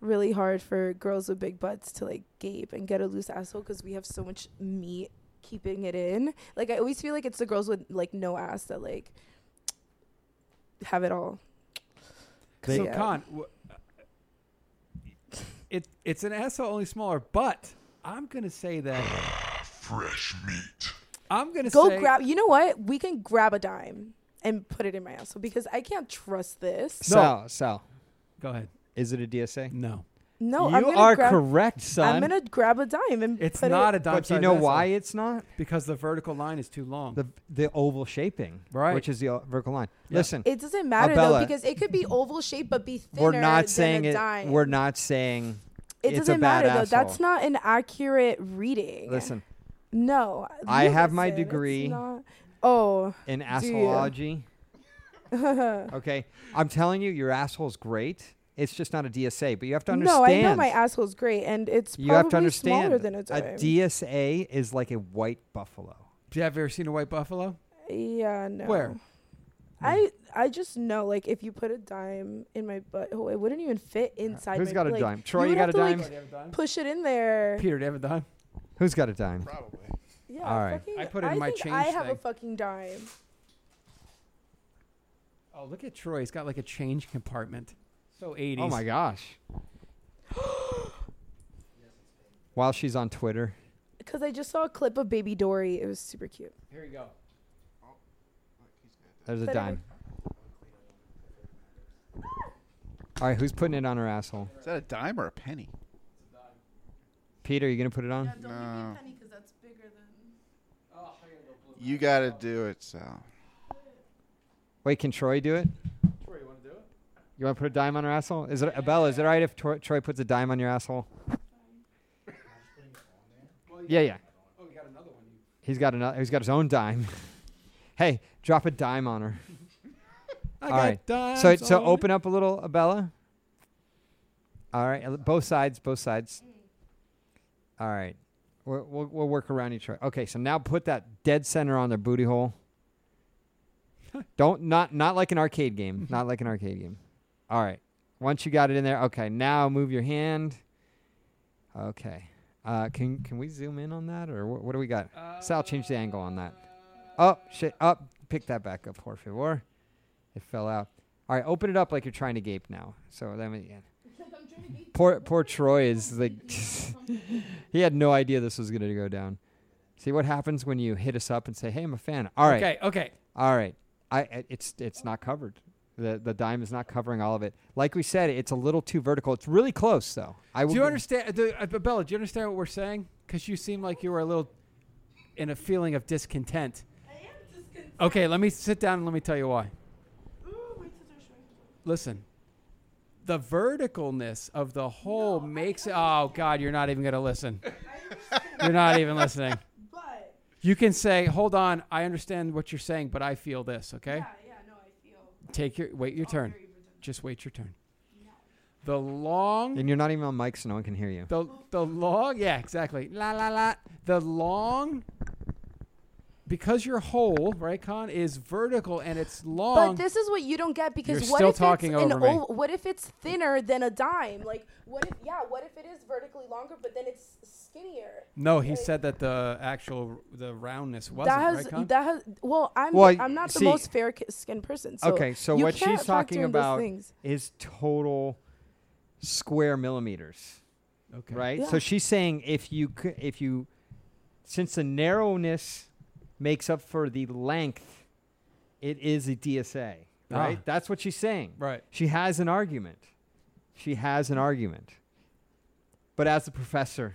S2: really hard for girls with big butts to like gape and get a loose asshole because we have so much meat keeping it in. Like I always feel like it's the girls with like no ass that like have it all.
S4: They-
S3: so
S2: Yeah.
S3: Con, w- uh, it it's an asshole only smaller, but I'm gonna say that fresh meat. I'm gonna
S2: Go
S3: say
S2: grab. You know what? We can grab a dime and put it in my asshole because I can't trust this.
S4: Sal, Sal,
S3: Go ahead.
S4: is it a DSA?
S3: No,
S2: No,
S4: you
S2: I'm gonna
S4: are
S2: grab,
S4: correct, son.
S2: I'm gonna grab a dime and
S3: it's
S2: put
S3: not
S2: it,
S3: a dime.
S4: but do you
S3: size
S4: know
S3: asshole.
S4: why it's not
S3: Because the vertical line is too long.
S4: the the oval shaping,
S3: Right.
S4: Which is the o- vertical line.
S3: Yeah.
S4: Listen,
S2: It doesn't matter
S4: Abella.
S2: though because it could be oval shaped but be thinner.
S4: we're not
S2: than
S4: saying
S2: a
S4: it.
S2: Dime.
S4: We're not saying
S2: It
S4: it's a
S2: doesn't
S4: bad
S2: matter though.
S4: asshole.
S2: That's not an accurate reading.
S4: Listen,
S2: no.
S4: I
S2: you
S4: have my
S2: listen, it's
S4: degree.
S2: not- oh,
S4: in
S2: you?
S4: assholeology. okay, I'm telling you, your asshole's great. It's just not a DSA, but you have
S2: no!
S4: to
S2: I
S4: understand.
S2: know my asshole's great, and it's
S4: you have to
S2: probably
S4: understand
S2: smaller than a dime.
S4: DSA is like a white buffalo.
S3: Do you have you ever seen a white buffalo?
S2: yeah, no.
S4: Oh.
S3: Where?
S2: I I just know like if you put a dime in my butt, oh, it wouldn't even fit inside.
S4: Who's
S2: my,
S4: got a
S2: like,
S4: dime? Troy, you
S2: would
S4: got
S2: have
S4: a
S2: to, like,
S4: dime?
S2: push it in there.
S3: Peter, do you have a dime?
S4: Who's got a dime?
S7: Probably.
S2: Yeah,
S4: All right.
S2: fucking,
S3: I put it in my
S2: think
S3: change
S2: I have
S3: thing.
S2: a fucking dime.
S3: Oh, look at Troy. He's got like a change compartment. So 80s.
S4: Oh my gosh. While she's on Twitter,
S2: Because I just saw a clip of Baby Dory. It was super cute.
S3: Here you go.
S4: there's a
S2: Put it-
S4: dime. All right, who's putting it on her asshole?
S5: Is that a dime or a penny?
S4: Peter, you gonna put it on?
S5: don't give me a No.
S12: Oh,
S5: You got to do it, Sal.
S4: Wait, can Troy do it?
S3: Troy, you want to do it?
S4: You want to put a dime on her asshole? Is it Abella? Is it all right if Troy, Troy puts a dime on your asshole? Yeah, yeah.
S3: Oh, we got another one.
S4: He's got another. He's got his own dime. hey, drop a dime on her.
S3: I
S4: All
S3: got
S4: right.
S3: dimes.
S4: so so
S3: on
S4: open up a little, Abella. All right, uh, both sides, both sides. All right, We're, we'll we'll work around each other. Okay, so now put that dead center on their booty hole. Don't not not like an arcade game. Not like an arcade game. All right, Once you got it in there, okay. Now move your hand. Okay. Uh, can can we zoom in on that, or what, what do we got? Sal, change the angle on
S3: Uh,
S4: that. Oh shit! Up, pick that back up, por favor. It fell out. All right, open it up like you're trying to gape now. So let me. Yeah. poor poor Troy is like, he had no idea this was gonna go down. See what happens when you hit us up and say, "Hey, I'm a fan." All right.
S3: Okay, okay.
S4: All right. I I- it's it's not covered. The the dime is not covering all of it. Like we said, it's a little too vertical. It's really close though. I
S3: do
S4: will
S3: you
S4: gi-
S3: understand, do, uh, Bella? Do you understand what we're saying? Because you seem like you were a little in a feeling of discontent. I am discontent. Okay, let me sit down and let me tell you why. Listen, the verticalness of the whole makes it. Oh God, you're not even gonna listen. you're not even listening.
S2: But
S3: You can say, "Hold on, I understand what you're saying, but I feel this." Okay. Yeah, yeah, no, I feel. Take your wait your turn. Just wait your turn. The long
S4: And you're not even on mic, so no one can hear you.
S3: the the long yeah exactly la la la the long because your hole right con is vertical and it's long
S2: But this is what you don't get because
S3: You're
S2: what
S3: still
S2: if
S3: talking
S2: it's an
S3: over me.
S2: ov- what if it's thinner than a dime? Like what if yeah, what if it is vertically longer but then it's skinnier?
S3: no he said that the actual the roundness wasn't
S2: that has
S3: right con
S2: that has well I'm
S4: Well,
S2: I'm not
S4: see-
S2: the most fair ki- skinned person. So
S4: okay, so
S2: you
S4: what
S2: can't
S4: she's talking
S2: factor in those
S4: about
S2: things.
S4: is total square millimeters.
S3: Okay.
S4: Right?
S2: Yeah.
S4: So she's saying if you c- if you since the narrowness makes up for the length, it is a DSA, right?
S3: Ah.
S4: That's what she's saying.
S3: Right.
S4: She has an argument. She has an argument. But as a professor,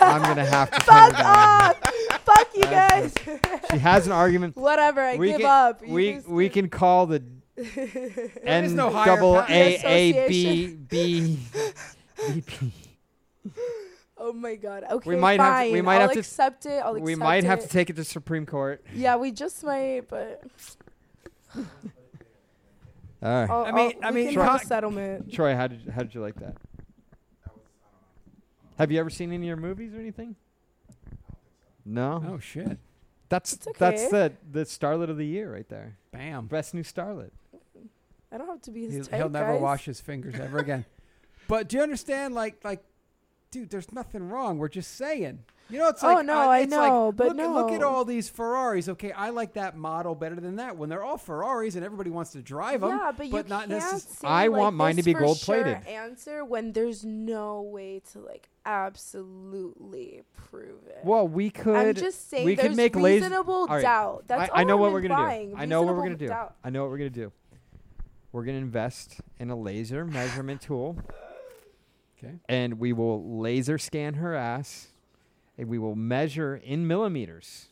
S4: I'm going to have to turn her down.
S2: Fuck you guys.
S4: That's She has an argument.
S2: Whatever, I give
S4: can,
S2: up. You
S4: We
S2: just-
S4: we can call the
S3: There is
S4: N
S3: no higher
S4: double
S3: power.
S4: A A B
S2: Association.
S4: B B P.
S2: oh my god. Okay.
S4: We might have
S2: fine.
S4: to, we might
S2: I'll
S4: have to
S2: accept it. I'll
S4: we
S2: accept
S4: might have
S2: it.
S4: to take it to Supreme Court.
S2: Yeah, we just might, but
S4: All right,
S2: I'll,
S3: I mean-
S2: I'll-
S3: I
S2: we
S3: mean,
S2: can have
S3: Con-
S2: a settlement.
S4: Troy, how did how did you like that? Have you ever seen any of your movies or anything? No,
S3: oh shit
S4: that's
S2: It's
S4: that's the
S2: okay.
S4: the starlet of the year right there.
S3: bam
S4: Best new starlet.
S2: Uh, I don't have to be his
S3: he'll,
S2: type.
S3: he'll never
S2: guys.
S3: wash his fingers ever again but do you understand like like dude there's nothing wrong we're just saying you know it's
S2: Oh,
S3: like
S2: no,
S3: uh,
S2: I
S3: it's like,
S2: know, but
S3: look, look at
S2: no.
S3: all these ferraris okay i like that model better than that when they're all ferraris and everybody wants to drive them
S2: Yeah, but you
S3: not
S2: can't
S3: necessarily
S2: say,
S4: I
S2: like,
S4: want mine to
S2: this
S4: be
S2: for
S4: gold-plated.
S2: Sure answer when there's no way to like absolutely prove it.
S4: Well, we could.
S2: I'm just saying
S4: we could
S2: there's
S4: make lazy-
S2: reasonable
S4: All right.
S2: doubt. That's
S4: I, I
S2: all
S4: know what
S2: I'm
S4: we're gonna
S2: implying,
S4: do. I know what we're gonna
S2: reasonable
S4: do.
S2: doubt.
S4: I know what we're gonna do. We're gonna invest in a laser measurement tool,
S3: okay
S4: and we will laser scan her ass, and we will measure in millimeters.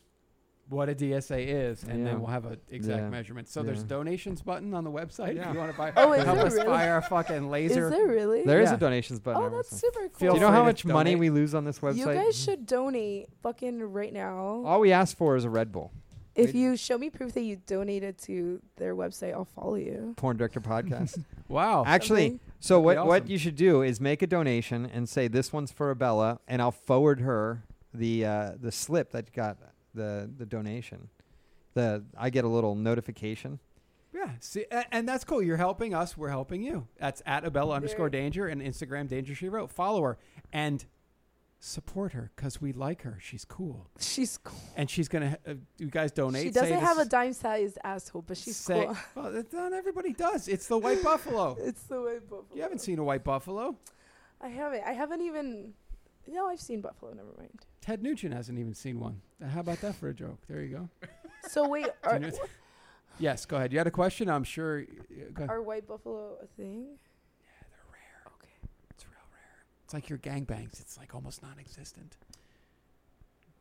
S3: what a DSA is, and
S4: Yeah.
S3: then we'll have an exact
S4: Yeah.
S3: measurement. So there's
S4: Yeah.
S3: a donations button on the website
S4: Yeah.
S3: if you want to buy.
S2: Oh, is
S3: help
S2: there
S3: us
S2: really?
S3: buy our fucking
S2: Is
S3: laser.
S2: there really?
S4: There is
S3: Yeah.
S4: a donations button.
S2: oh,
S4: on our
S2: that's
S4: website.
S2: super cool.
S4: Do
S3: Feel
S4: you know
S3: free
S4: how
S3: to
S4: much money
S3: donate.
S4: we lose on this website? Oh,
S2: You guys should donate fucking right now.
S4: All we ask for is a Red Bull.
S2: if you show me proof that you donated to their website, I'll follow you.
S4: Porn Director Podcast.
S3: Wow.
S4: Actually,
S2: Something.
S4: so what,
S3: That'd be
S4: what
S3: awesome.
S4: you should do is make a donation and say this one's for Abella, and I'll forward her the uh, the slip that got the the donation. The I get a little notification.
S3: yeah. See, and, and that's cool. You're helping us. We're helping you. That's at Abella underscore Danger and Instagram Danger She Wrote. Follow her and support her because we like her. She's cool,
S2: She's cool.
S3: and she's gonna. Uh, you guys donate.
S2: She
S3: say
S2: doesn't have
S3: this-
S2: a dime sized asshole, but she's
S3: say,
S2: cool.
S3: Well, that's not everybody does. It's the white buffalo.
S2: It's the way Buffalo.
S3: You haven't seen a white buffalo.
S2: I haven't. I haven't even. No, I've seen Buffalo. Never mind.
S3: Ted Nugent hasn't even seen one. How about that for a joke? There you go.
S2: So wait, are,
S3: know- Yes, go ahead. You had a question. I'm sure. Go ahead.
S2: are white buffalo a thing?
S3: It's real rare. It's like your gangbangs. It's like almost non-existent,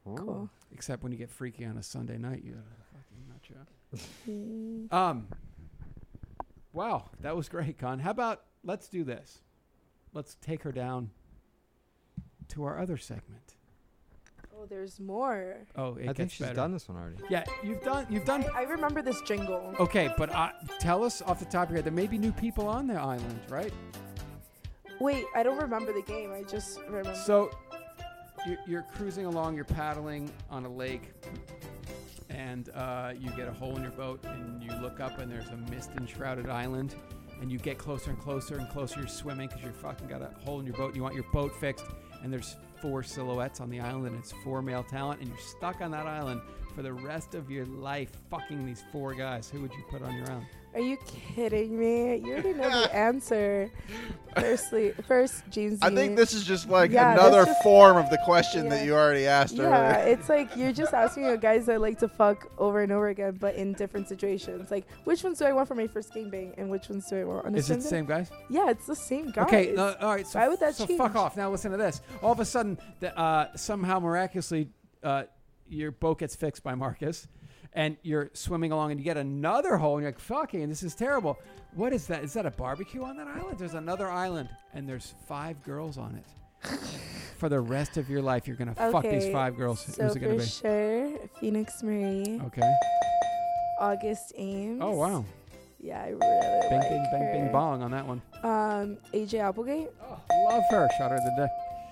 S2: Cool.
S3: except when you get freaky on a Sunday night. You fucking nut
S2: Mm.
S3: job. Um. Wow, that was great, Con. How about let's do this? Let's take her down to our other segment.
S2: Oh, there's more.
S3: Oh, it
S4: I
S3: gets
S4: think she's
S3: better.
S4: done this one already.
S3: Yeah, you've done. You've done.
S2: I remember this jingle.
S3: Okay, but uh, tell us off the top of your head. There may be new people on the island, right?
S2: Wait, I don't remember the game. I just remember.
S3: So you're, you're cruising along, you're paddling on a lake, and uh, you get a hole in your boat, and you look up, and there's a mist enshrouded island, and you get closer and closer and closer. You're swimming because you're fucking got a hole in your boat and you want your boat fixed. And there's four silhouettes on the island, and it's four male talent, and you're stuck on that island for the rest of your life, fucking these four guys. Who would you put on your own?
S2: Are you kidding me? You already know the answer. Firstly, first James.
S5: I think
S2: Dean.
S5: this is just like
S2: Yeah, that's
S5: another
S2: just-
S5: form of the question that you already asked
S2: Yeah,
S5: earlier.
S2: it's like you're just asking the guys that like to fuck over and over again, but in different situations. Like, which ones do I want for my first gangbang, and which ones do I want on a
S3: Is it the same guys?
S2: Yeah, it's the same guys.
S3: Okay, no, all right. So,
S2: Why would that
S3: so
S2: change?
S3: fuck off. Now listen to this. All of a sudden, the, uh, somehow miraculously, uh, your boat gets fixed by Marcus, and you're swimming along, and you get another hole, and you're like, "Fucking, this is terrible." What is that? Is that a barbecue on that island? There's another island, and there's five girls on it. For the rest of your life, you're gonna fuck these
S2: Okay,
S3: five girls.
S2: So
S3: Who's it gonna
S2: for
S3: be?
S2: sure, Phoenix Marie.
S3: Okay.
S2: August Ames.
S3: Oh wow.
S2: Yeah, I really
S3: Bing,
S2: like
S3: bing, bang, bing,
S2: her.
S3: bong on that one. Oh,
S2: Um, AJ Applegate.
S3: Love her. Shot her the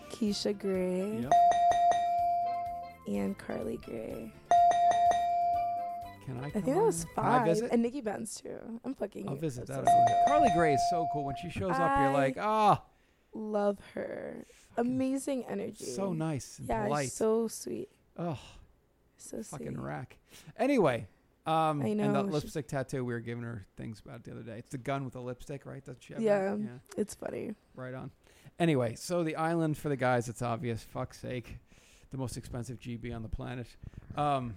S3: dick.
S2: Keisha Gray.
S3: Yep.
S2: And Carly Gray.
S3: Can I?
S2: I
S3: Come
S2: think that was
S3: on? Can I
S2: five.
S3: visit?
S2: And Nikki Benz too. I'm fucking.
S3: I'll
S2: you.
S3: visit
S2: That's
S3: that.
S2: awesome.
S3: island. Carly Gray is so cool. When she shows up,
S2: I
S3: you're like, ah,
S2: Love her. Amazing energy.
S3: so nice and
S2: yeah,
S3: polite.
S2: so sweet.
S3: oh,
S2: So
S3: fucking
S2: sweet.
S3: rack. Anyway, um,
S2: I
S3: and
S2: know,
S3: that
S2: she's-
S3: lipstick tattoo we were giving her things about the other day. It's the gun with the lipstick, right? Doesn't she have
S2: Yeah,
S3: that? Yeah.
S2: it's funny.
S3: Right on. Anyway, so the island for the guys, it's obvious. Fuck's sake. The most expensive GB on the planet. Um,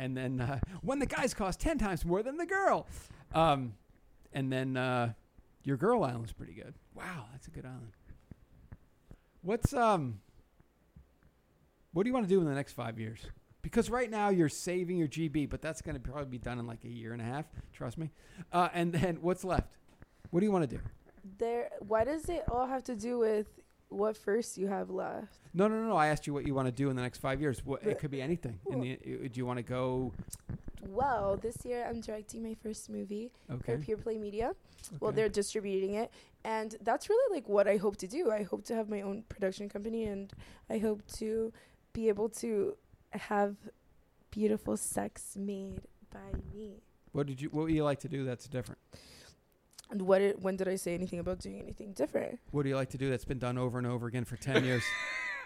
S3: and then uh, when the guys cost 10 times more than the girl. Um, and then uh, your girl island's pretty good. Wow, that's a good island. What's um what do you want to do in the next 5 years? Because right now you're saving your GB, but that's going to probably be done in like a year and a half, trust me. Uh, and then what's left? What do you want to do?
S2: There. Why does it all have to do with what first you have left?
S3: No, no, no, no. I asked you what you want to do in the next five years. What, it
S2: But-
S3: could be anything. In the, uh, do you want to go?
S2: Well, this year I'm directing my first movie
S3: Okay.
S2: for Pure Play Media. Well,
S3: Okay.
S2: they're distributing it, and that's really like what I hope to do. I hope to have my own production company, and I hope to be able to have beautiful sex made by me.
S3: What did you? What would you like to do? That's different.
S2: And what? It, when did I say anything about doing anything different?
S3: What do you like to do that's been done over and over again for ten years?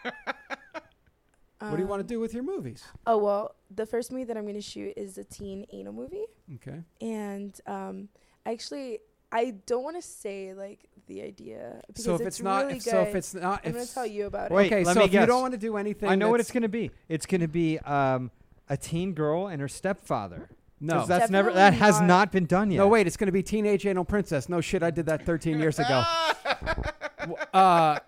S3: what do you
S2: Um,
S3: want to do with your movies?
S2: Oh well, the first movie that I'm going to shoot is a teen anal movie.
S3: Okay.
S2: and um, actually, I don't want to say like the idea because
S3: So if
S2: it's,
S3: it's not-
S2: really
S3: if-
S2: good.
S3: so if it's not-
S2: I'm
S3: if
S2: gonna
S3: s-
S2: tell you about
S3: Wait,
S2: it.
S3: Okay,
S4: let
S3: so
S4: me
S3: if you don't
S4: guess.
S3: wanna do anything
S4: I know what
S3: that's-
S4: it's going to be. It's going to be um, a teen girl and her stepfather. 'Cause
S3: No.
S4: that's never.
S2: Definitely
S4: That has
S2: not-
S4: not been done yet.
S3: No, wait. It's going to be Teenage Anal Princess. No shit, I did that thirteen years ago. W- uh,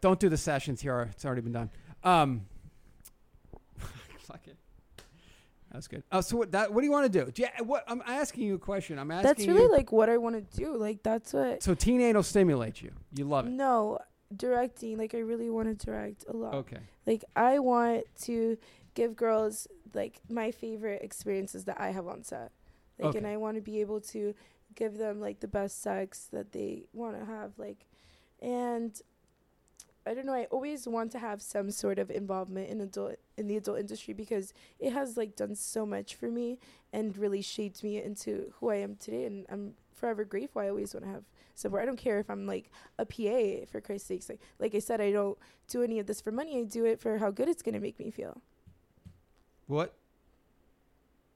S3: don't do the sessions here. It's already been done. Um, fuck it. That was good. Uh, so what? That, what do you want to do? do you, what, I'm asking you a question. I'm asking.
S2: That's really
S3: you-
S2: like what I want to do. Like that's what.
S3: So teen anal stimulates you. You love it.
S2: No, directing. Like I really want to direct a lot.
S3: Okay.
S2: Like I want to give girls like my favorite experiences that I have on set. Like and
S3: Okay.
S2: I want to be able to give them like the best sex that they want to have like and I don't know, I always want to have some sort of involvement in adult in the adult industry because it has like done so much for me and really shaped me into who I am today and I'm forever grateful. I always want to have support. I don't care if I'm like a PA for Christ's sakes. Like like I said, I don't do any of this for money. I do it for how good it's gonna make me feel.
S3: What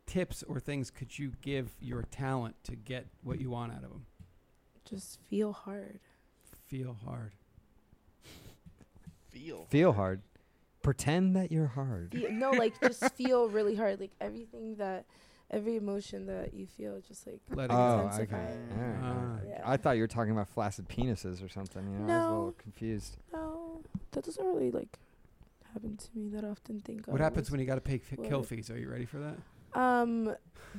S3: tips or things could you give your talent to get what you want out of them?
S2: Just feel hard.
S3: Feel hard.
S5: Feel.
S4: Feel hard. Pretend that you're hard.
S2: Fe- no, like just feel really hard. Like everything that every emotion that you feel just like
S3: Let it
S4: Oh,
S3: go.
S4: okay.
S2: intensify.
S4: All right, all
S3: Ah.
S4: right.
S2: Yeah.
S4: I thought you were talking about flaccid penises or something. You know, I was a
S2: No.
S4: little confused.
S2: No. That doesn't really like happen to me that often think
S3: What happens when you got to pay f- kill
S2: Well-
S3: fees? Are you ready for that?
S2: um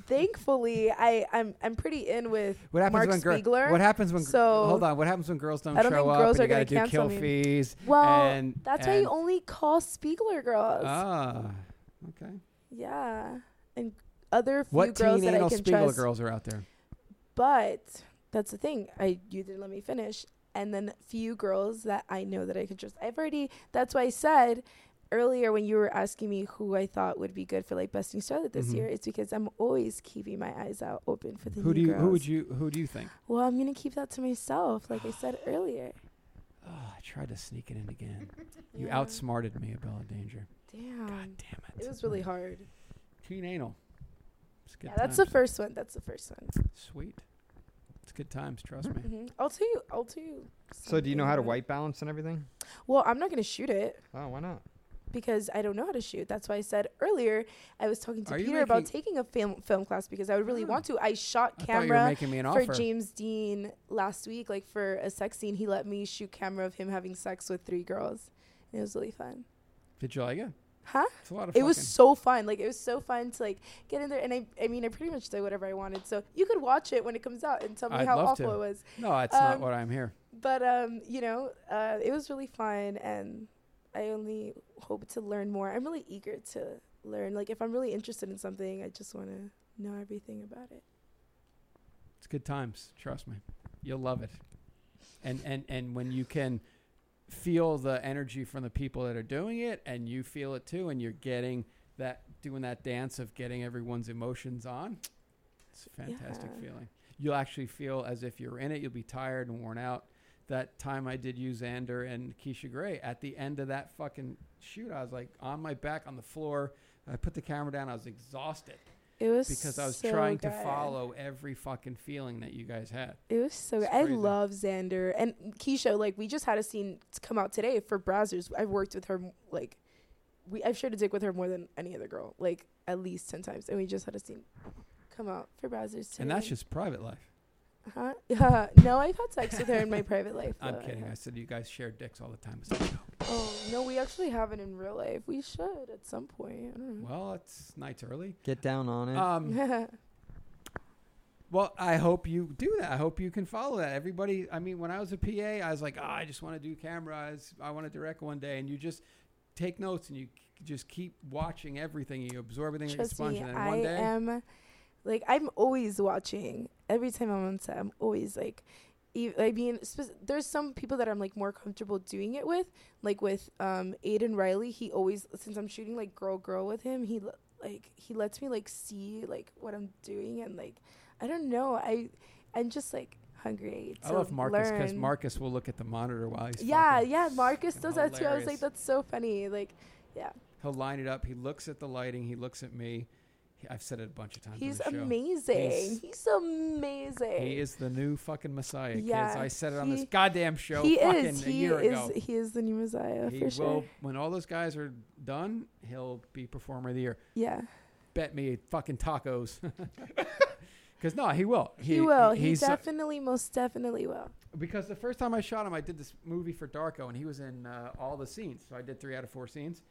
S2: thankfully I, I'm I'm pretty in with
S3: What happens
S2: Mark
S3: when girls?
S2: Spiegler.
S3: What happens when? gr-
S2: so
S3: hold on. What happens when girls don't,
S2: I don't
S3: show
S2: think
S3: up?
S2: girls
S3: and
S2: are
S3: you gotta
S2: gonna
S3: do
S2: cancel
S3: kill
S2: me.
S3: fees.
S2: Well,
S3: and,
S2: that's why
S3: and,
S2: you only call Spiegler girls.
S3: Ah, okay.
S2: yeah. And other few
S3: What
S2: girls
S3: teen
S2: that I
S3: anal
S2: can
S3: Spiegel
S2: trust.
S3: girls are out there?
S2: But that's the thing. I you didn't let me finish. And then few girls that I know that I could trust. I've already that's why I said earlier when you were asking me who I thought would be good for like Best New Starlet this
S3: Mhm.
S2: year, it's because I'm always keeping my eyes out open for the
S3: Who
S2: new
S3: do you? Who
S2: girls.
S3: would you? Who do you think?
S2: Well, I'm gonna keep that to myself, like I said earlier.
S3: Oh, I tried to sneak it in again. You
S2: Yeah.
S3: outsmarted me, Abella Danger.
S2: Damn.
S3: God damn it.
S2: It was really hard.
S3: Teen anal. It's good
S2: Yeah, that's the
S3: times.
S2: first one. That's the first one.
S3: Sweet. It's good times. Trust me.
S2: hmm I'll tell you. I'll tell you.
S4: So do you know how to
S2: something about it.
S4: white balance and everything?
S2: Well, I'm not gonna shoot it
S4: Oh, why not?
S2: because I don't know how to shoot. That's why I said earlier I was talking to
S3: Are you
S2: Peter about
S3: making- Ah.
S2: taking a film film class because I would really want to. I shot
S3: I thought you were
S2: camera
S3: making me an
S2: for
S3: offer.
S2: James Dean last week, like for a sex scene. He let me shoot camera of him having sex with three girls. And it was really fun.
S3: Did you like it?
S2: Huh?
S3: It's a lot of.
S2: It was
S3: fucking.
S2: so fun. Like it was so fun to like get in there, and I, I mean, I pretty much did whatever I wanted. So you could watch it when it comes out and tell me
S3: I'd
S2: how
S3: love
S2: awful
S3: to.
S2: it was.
S3: No, that's not
S2: Um,
S3: what I'm here.
S2: But um, you know, uh, it was really fun, and I only hope to learn more. I'm really eager to learn. Like if I'm really interested in something, I just want to know everything about it.
S3: It's good times. Trust me, you'll love it. And and and when you can feel the energy from the people that are doing it, and you feel it too, and you're getting that doing that dance of getting everyone's emotions on. It's a fantastic
S2: Yeah.
S3: feeling. You'll actually feel as if you're in it. You'll be tired and worn out. That time I did use Xander and Keisha Gray at the end of that fucking shoot, I was like on my back on the floor. I put the camera down. I was exhausted
S2: It was
S3: because I was
S2: so
S3: trying to
S2: good.
S3: follow every fucking feeling that you guys had.
S2: It was so.
S3: It's
S2: good. I
S3: crazy.
S2: love Xander and Keisha. Like we just had a scene t- come out today for Brazzers. I've worked with her m- like, we I've shared a dick with her more than any other girl. Like at least ten times, and we just had a scene come out for Brazzers today.
S3: And that's just private life.
S2: huh? no, I've had sex with her in my private life.
S3: I'm
S2: though. I
S3: kidding. I
S2: have.
S3: said you guys share dicks all the time. It's like,
S2: Oh no, we actually haven't in real life. We should at some point. I don't know.
S3: well, it's night's early.
S4: Get down on
S2: Mm-hmm.
S4: it.
S3: Um, well, I hope you do that. I hope you can follow that. Everybody, I mean, when I was a PA, I was like, "Ah, I just want to do camera. I s- I want to direct one day. And you just take notes and you c- just keep watching everything. You absorb everything like a
S2: Trust
S3: sponge.
S2: me,
S3: and then
S2: I
S3: one day,
S2: am like I'm always watching. Every time I'm on set, I'm always like, ev- I mean, spec- there's some people that I'm like more comfortable doing it with, like with um Aiden Riley. He always since I'm shooting like girl girl with him, he l- like he lets me like see like what I'm doing and like I don't know. I I'm just like hungry.
S3: I
S2: to
S3: love Marcus because
S2: learn.
S3: Marcus will look at the monitor while he's
S2: Yeah,
S3: fucking.
S2: yeah, Marcus does that too. I was
S3: hilarious.
S2: like, that's so funny. Like, yeah,
S3: He'll line it up. He looks at the lighting. He looks at me. He, I've said it a bunch of times. on
S2: he's
S3: the show.
S2: amazing.
S3: He's-
S2: He's, amazing.
S3: He is the new fucking Messiah,
S2: Yeah,
S3: kids. I said it on this
S2: he-
S3: goddamn show
S2: he
S3: fucking
S2: is.
S3: a
S2: He
S3: year
S2: is.
S3: ago.
S2: He is the new Messiah
S3: He
S2: for
S3: will,
S2: sure.
S3: when all those guys are done, he'll be Performer of the Year.
S2: Yeah,
S3: Bet me fucking tacos. Because, no, he will.
S2: he, will. He,
S3: he's, uh,
S2: definitely, most definitely will.
S3: because the first time I shot him, I did this movie for Darko, and he was in uh, all the scenes. So I did three out of four scenes,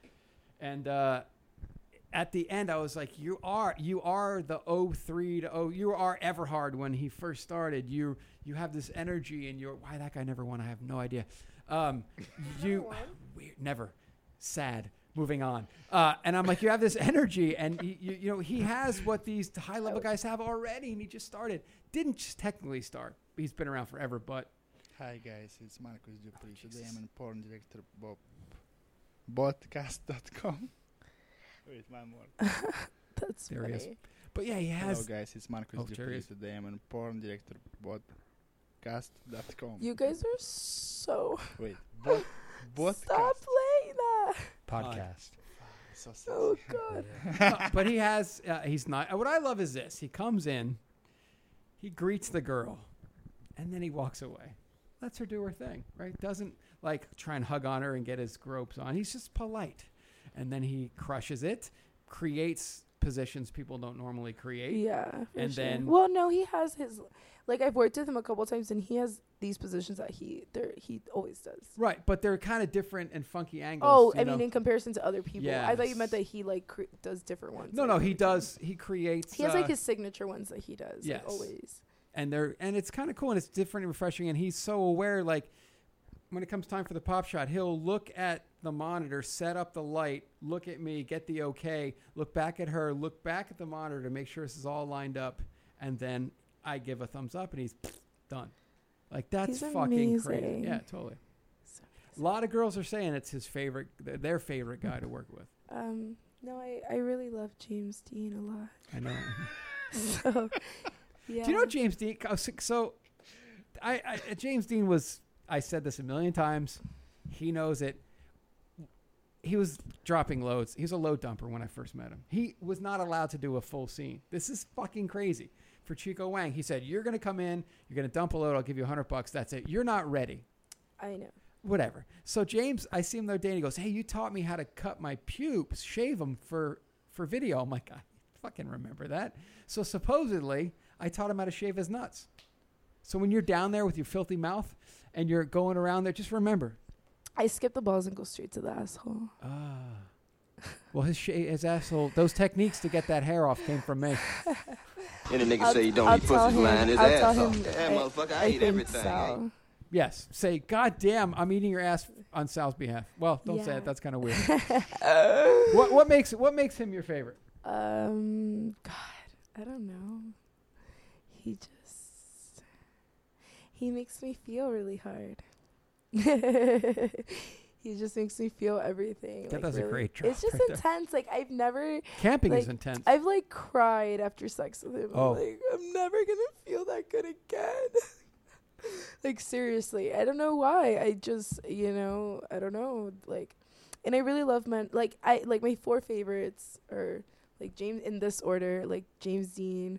S3: and uh, at the end, I was like, "You are, you are the 03 to 0. You are Everhard when he first started. You, you have this energy, and you're why that guy never won. I have no idea. Um, you, weird, never, sad." Moving on, uh, and I'm like, you have this energy, and you, you, you know he has what these high level guys have already, and he just started. Didn't just technically start. He's been around forever, but
S12: Hi guys, it's Marcus Dupree. Today I'm a porn director Bob podcast.com. Wait, one more.
S2: That's
S3: There he
S2: funny.
S3: is. But yeah, he
S12: Hello
S3: has.
S12: guys, it's Marcus
S3: Oh, there he
S12: Dupree.
S3: is.
S12: Today I'm a porn director podcast.com.
S2: You guys are so.
S12: Wait, bot,
S2: Stop
S12: podcast.
S2: playing that.
S3: Podcast.
S12: So sexy.
S2: Oh God.
S3: Uh, but he has. Uh, he's not. uh, What I love is this. He comes in, he greets the girl, and then he walks away. Lets her do her thing. Right? Doesn't like try and hug on her and get his gropes on. He's just polite, and then he crushes it, creates positions people don't normally create.
S2: Yeah. for
S3: And
S2: sure.
S3: then-
S2: Well, no, he has his. Like I've worked with him a couple times, and he has these positions that he there he always does.
S3: Right, but they're kind of different and funky angles.
S2: Oh,
S3: you
S2: I
S3: know?
S2: mean, in comparison to other people, I thought you meant
S3: Yes.
S2: that he like cre- does different ones.
S3: no,
S2: like,
S3: no, he
S2: every time.
S3: does. He creates.
S2: He has like
S3: uh,
S2: his signature ones that he does.
S3: yes.
S2: Like, always.
S3: and they're and it's kind of cool and it's different and refreshing and he's so aware like when it comes time for the pop shot he'll look at the monitor set up the light look at me get the okay look back at her look back at the monitor to make sure this is all lined up and then i give a thumbs up and he's done like that's
S2: He's
S3: fucking crazy
S2: amazing.
S3: yeah totally
S2: So
S3: A lot of girls are saying it's his favorite, th- their favorite guy to work with.
S2: Um, no, I, I really love James Dean a lot.
S3: I know.
S2: so, yeah.
S3: Do you know James Dean? oh, So, so I, I uh, James Dean was. I said this a million times. He knows it. He was dropping loads. He was a load dumper when I first met him. He was not allowed to do a full scene. This is fucking crazy. For Chico Wang, he said, "You're going to come in. You're going to dump a load. I'll give you a hundred bucks. That's it. You're not ready
S2: I know.
S3: whatever. So James, I see him the other day, and he goes, "Hey, you taught me how to cut my pubes, shave them for for video." I'm like, I fucking remember that. So supposedly, I taught him how to shave his nuts. So when you're down there with your filthy mouth and you're going around there, just remember.
S2: I skip the balls and go straight to the asshole.
S3: Ah. Well, his sha- his asshole. Those techniques to get that hair off came from me.
S13: Any nigga say you don't
S2: I'll
S13: eat
S2: tell
S13: pussy,
S2: him-
S13: lying his
S2: I'll
S13: ass
S2: tell
S13: off.
S2: him
S13: Damn,
S2: I-
S13: motherfucker, I,
S2: I
S13: eat
S2: think
S13: everything.
S2: so.
S3: Yes, say, God damn, I'm eating your ass on Sal's behalf. Well, don't say
S2: Yeah.
S3: it. That's kind of weird. what what makes what makes him your favorite?
S2: Um, God, I don't know. He just he makes me feel really hard. he just makes me feel everything.
S3: That
S2: like,
S3: does a
S2: really-
S3: great job
S2: It's just
S3: right there.
S2: intense. Like I've never
S3: Camping is
S2: like,
S3: intense.
S2: I've like cried after sex with him.
S3: Oh.
S2: I'm like I'm never gonna feel that good again. like seriously, I don't know why. I just you know I don't know like, and I really love men. Like I like my four favorites are like James in this order like James Dean.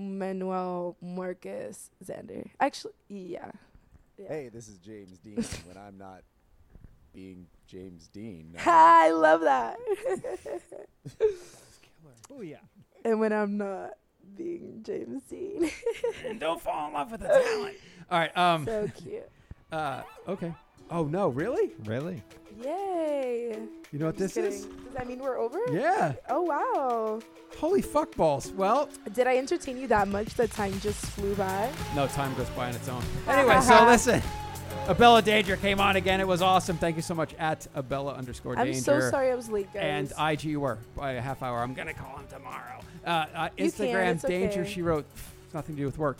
S2: Manuel Marcus Xander. Actually, yeah.
S14: Hey, this is James Dean when I'm not being James Dean.
S2: I love that.
S3: Oh yeah.
S2: and when I'm not being James Dean.
S3: Don't fall in love with the talent. All right. Um,
S2: So cute.
S3: Uh, okay. Oh no, really?
S4: Really?
S2: Yay.
S3: You know what
S2: Just
S3: this is?
S2: kidding. Does that mean we're over?
S3: Yeah.
S2: Oh, wow.
S3: Holy fuck balls. Well,
S2: Did I entertain you that much that time just flew by?
S3: no time goes by on its own. Anyway, so
S2: Uh-huh.
S3: listen. Abella Danger came on again. It was awesome. Thank you so much at Abella underscore
S2: I'm
S3: Danger.
S2: so sorry I was late, guys.
S3: And IG you were by a half hour. I'm gonna call him tomorrow. Uh, uh,
S2: You
S3: Instagram
S2: can, it's
S3: Danger.
S2: okay.
S3: She wrote pff, nothing to do with work.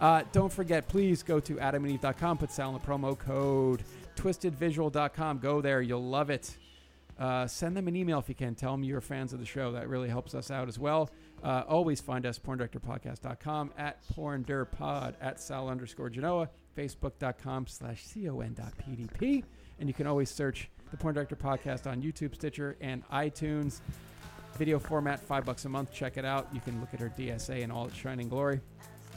S3: Uh, don't forget, please go to adamandeve.com. Put Sal in the promo code twistedvisual.com. Go there. You'll love it. Uh, send them an email if you can. Tell them you're fans of the show. That really helps us out as well. Uh, always find us, porndirectorpodcast.com, at porndirpod, at sal underscore genoa, facebook.com slash con.pdp. And you can always search the Porn Director Podcast on YouTube, Stitcher, and iTunes. Video format, five bucks a month. Check it out. You can look at her DSA and all its shining glory.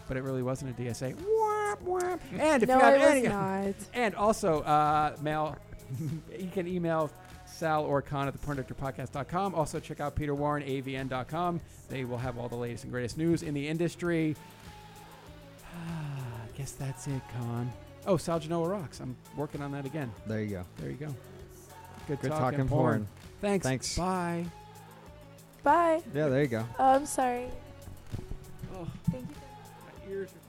S3: But it really wasn't a DSA. Womp, womp. And if
S2: No,
S3: you have
S2: it was
S3: any,
S2: not.
S3: and also uh, mail, you can email Sal or Con at theporndirectorpodcast.com. Also check out Peter Warren, avn.com. They will have all the latest and greatest news in the industry. Ah, I guess that's it, Con. Oh, Sal Genoa rocks. I'm working on that again.
S4: There you go.
S3: There you go. Good,
S4: Good
S3: talking, porn.
S4: talking porn.
S3: Thanks.
S4: Thanks.
S3: Bye.
S2: Bye.
S4: Yeah, there you go.
S2: Oh, I'm sorry.
S3: Oh,
S2: Thank you.
S3: my ears are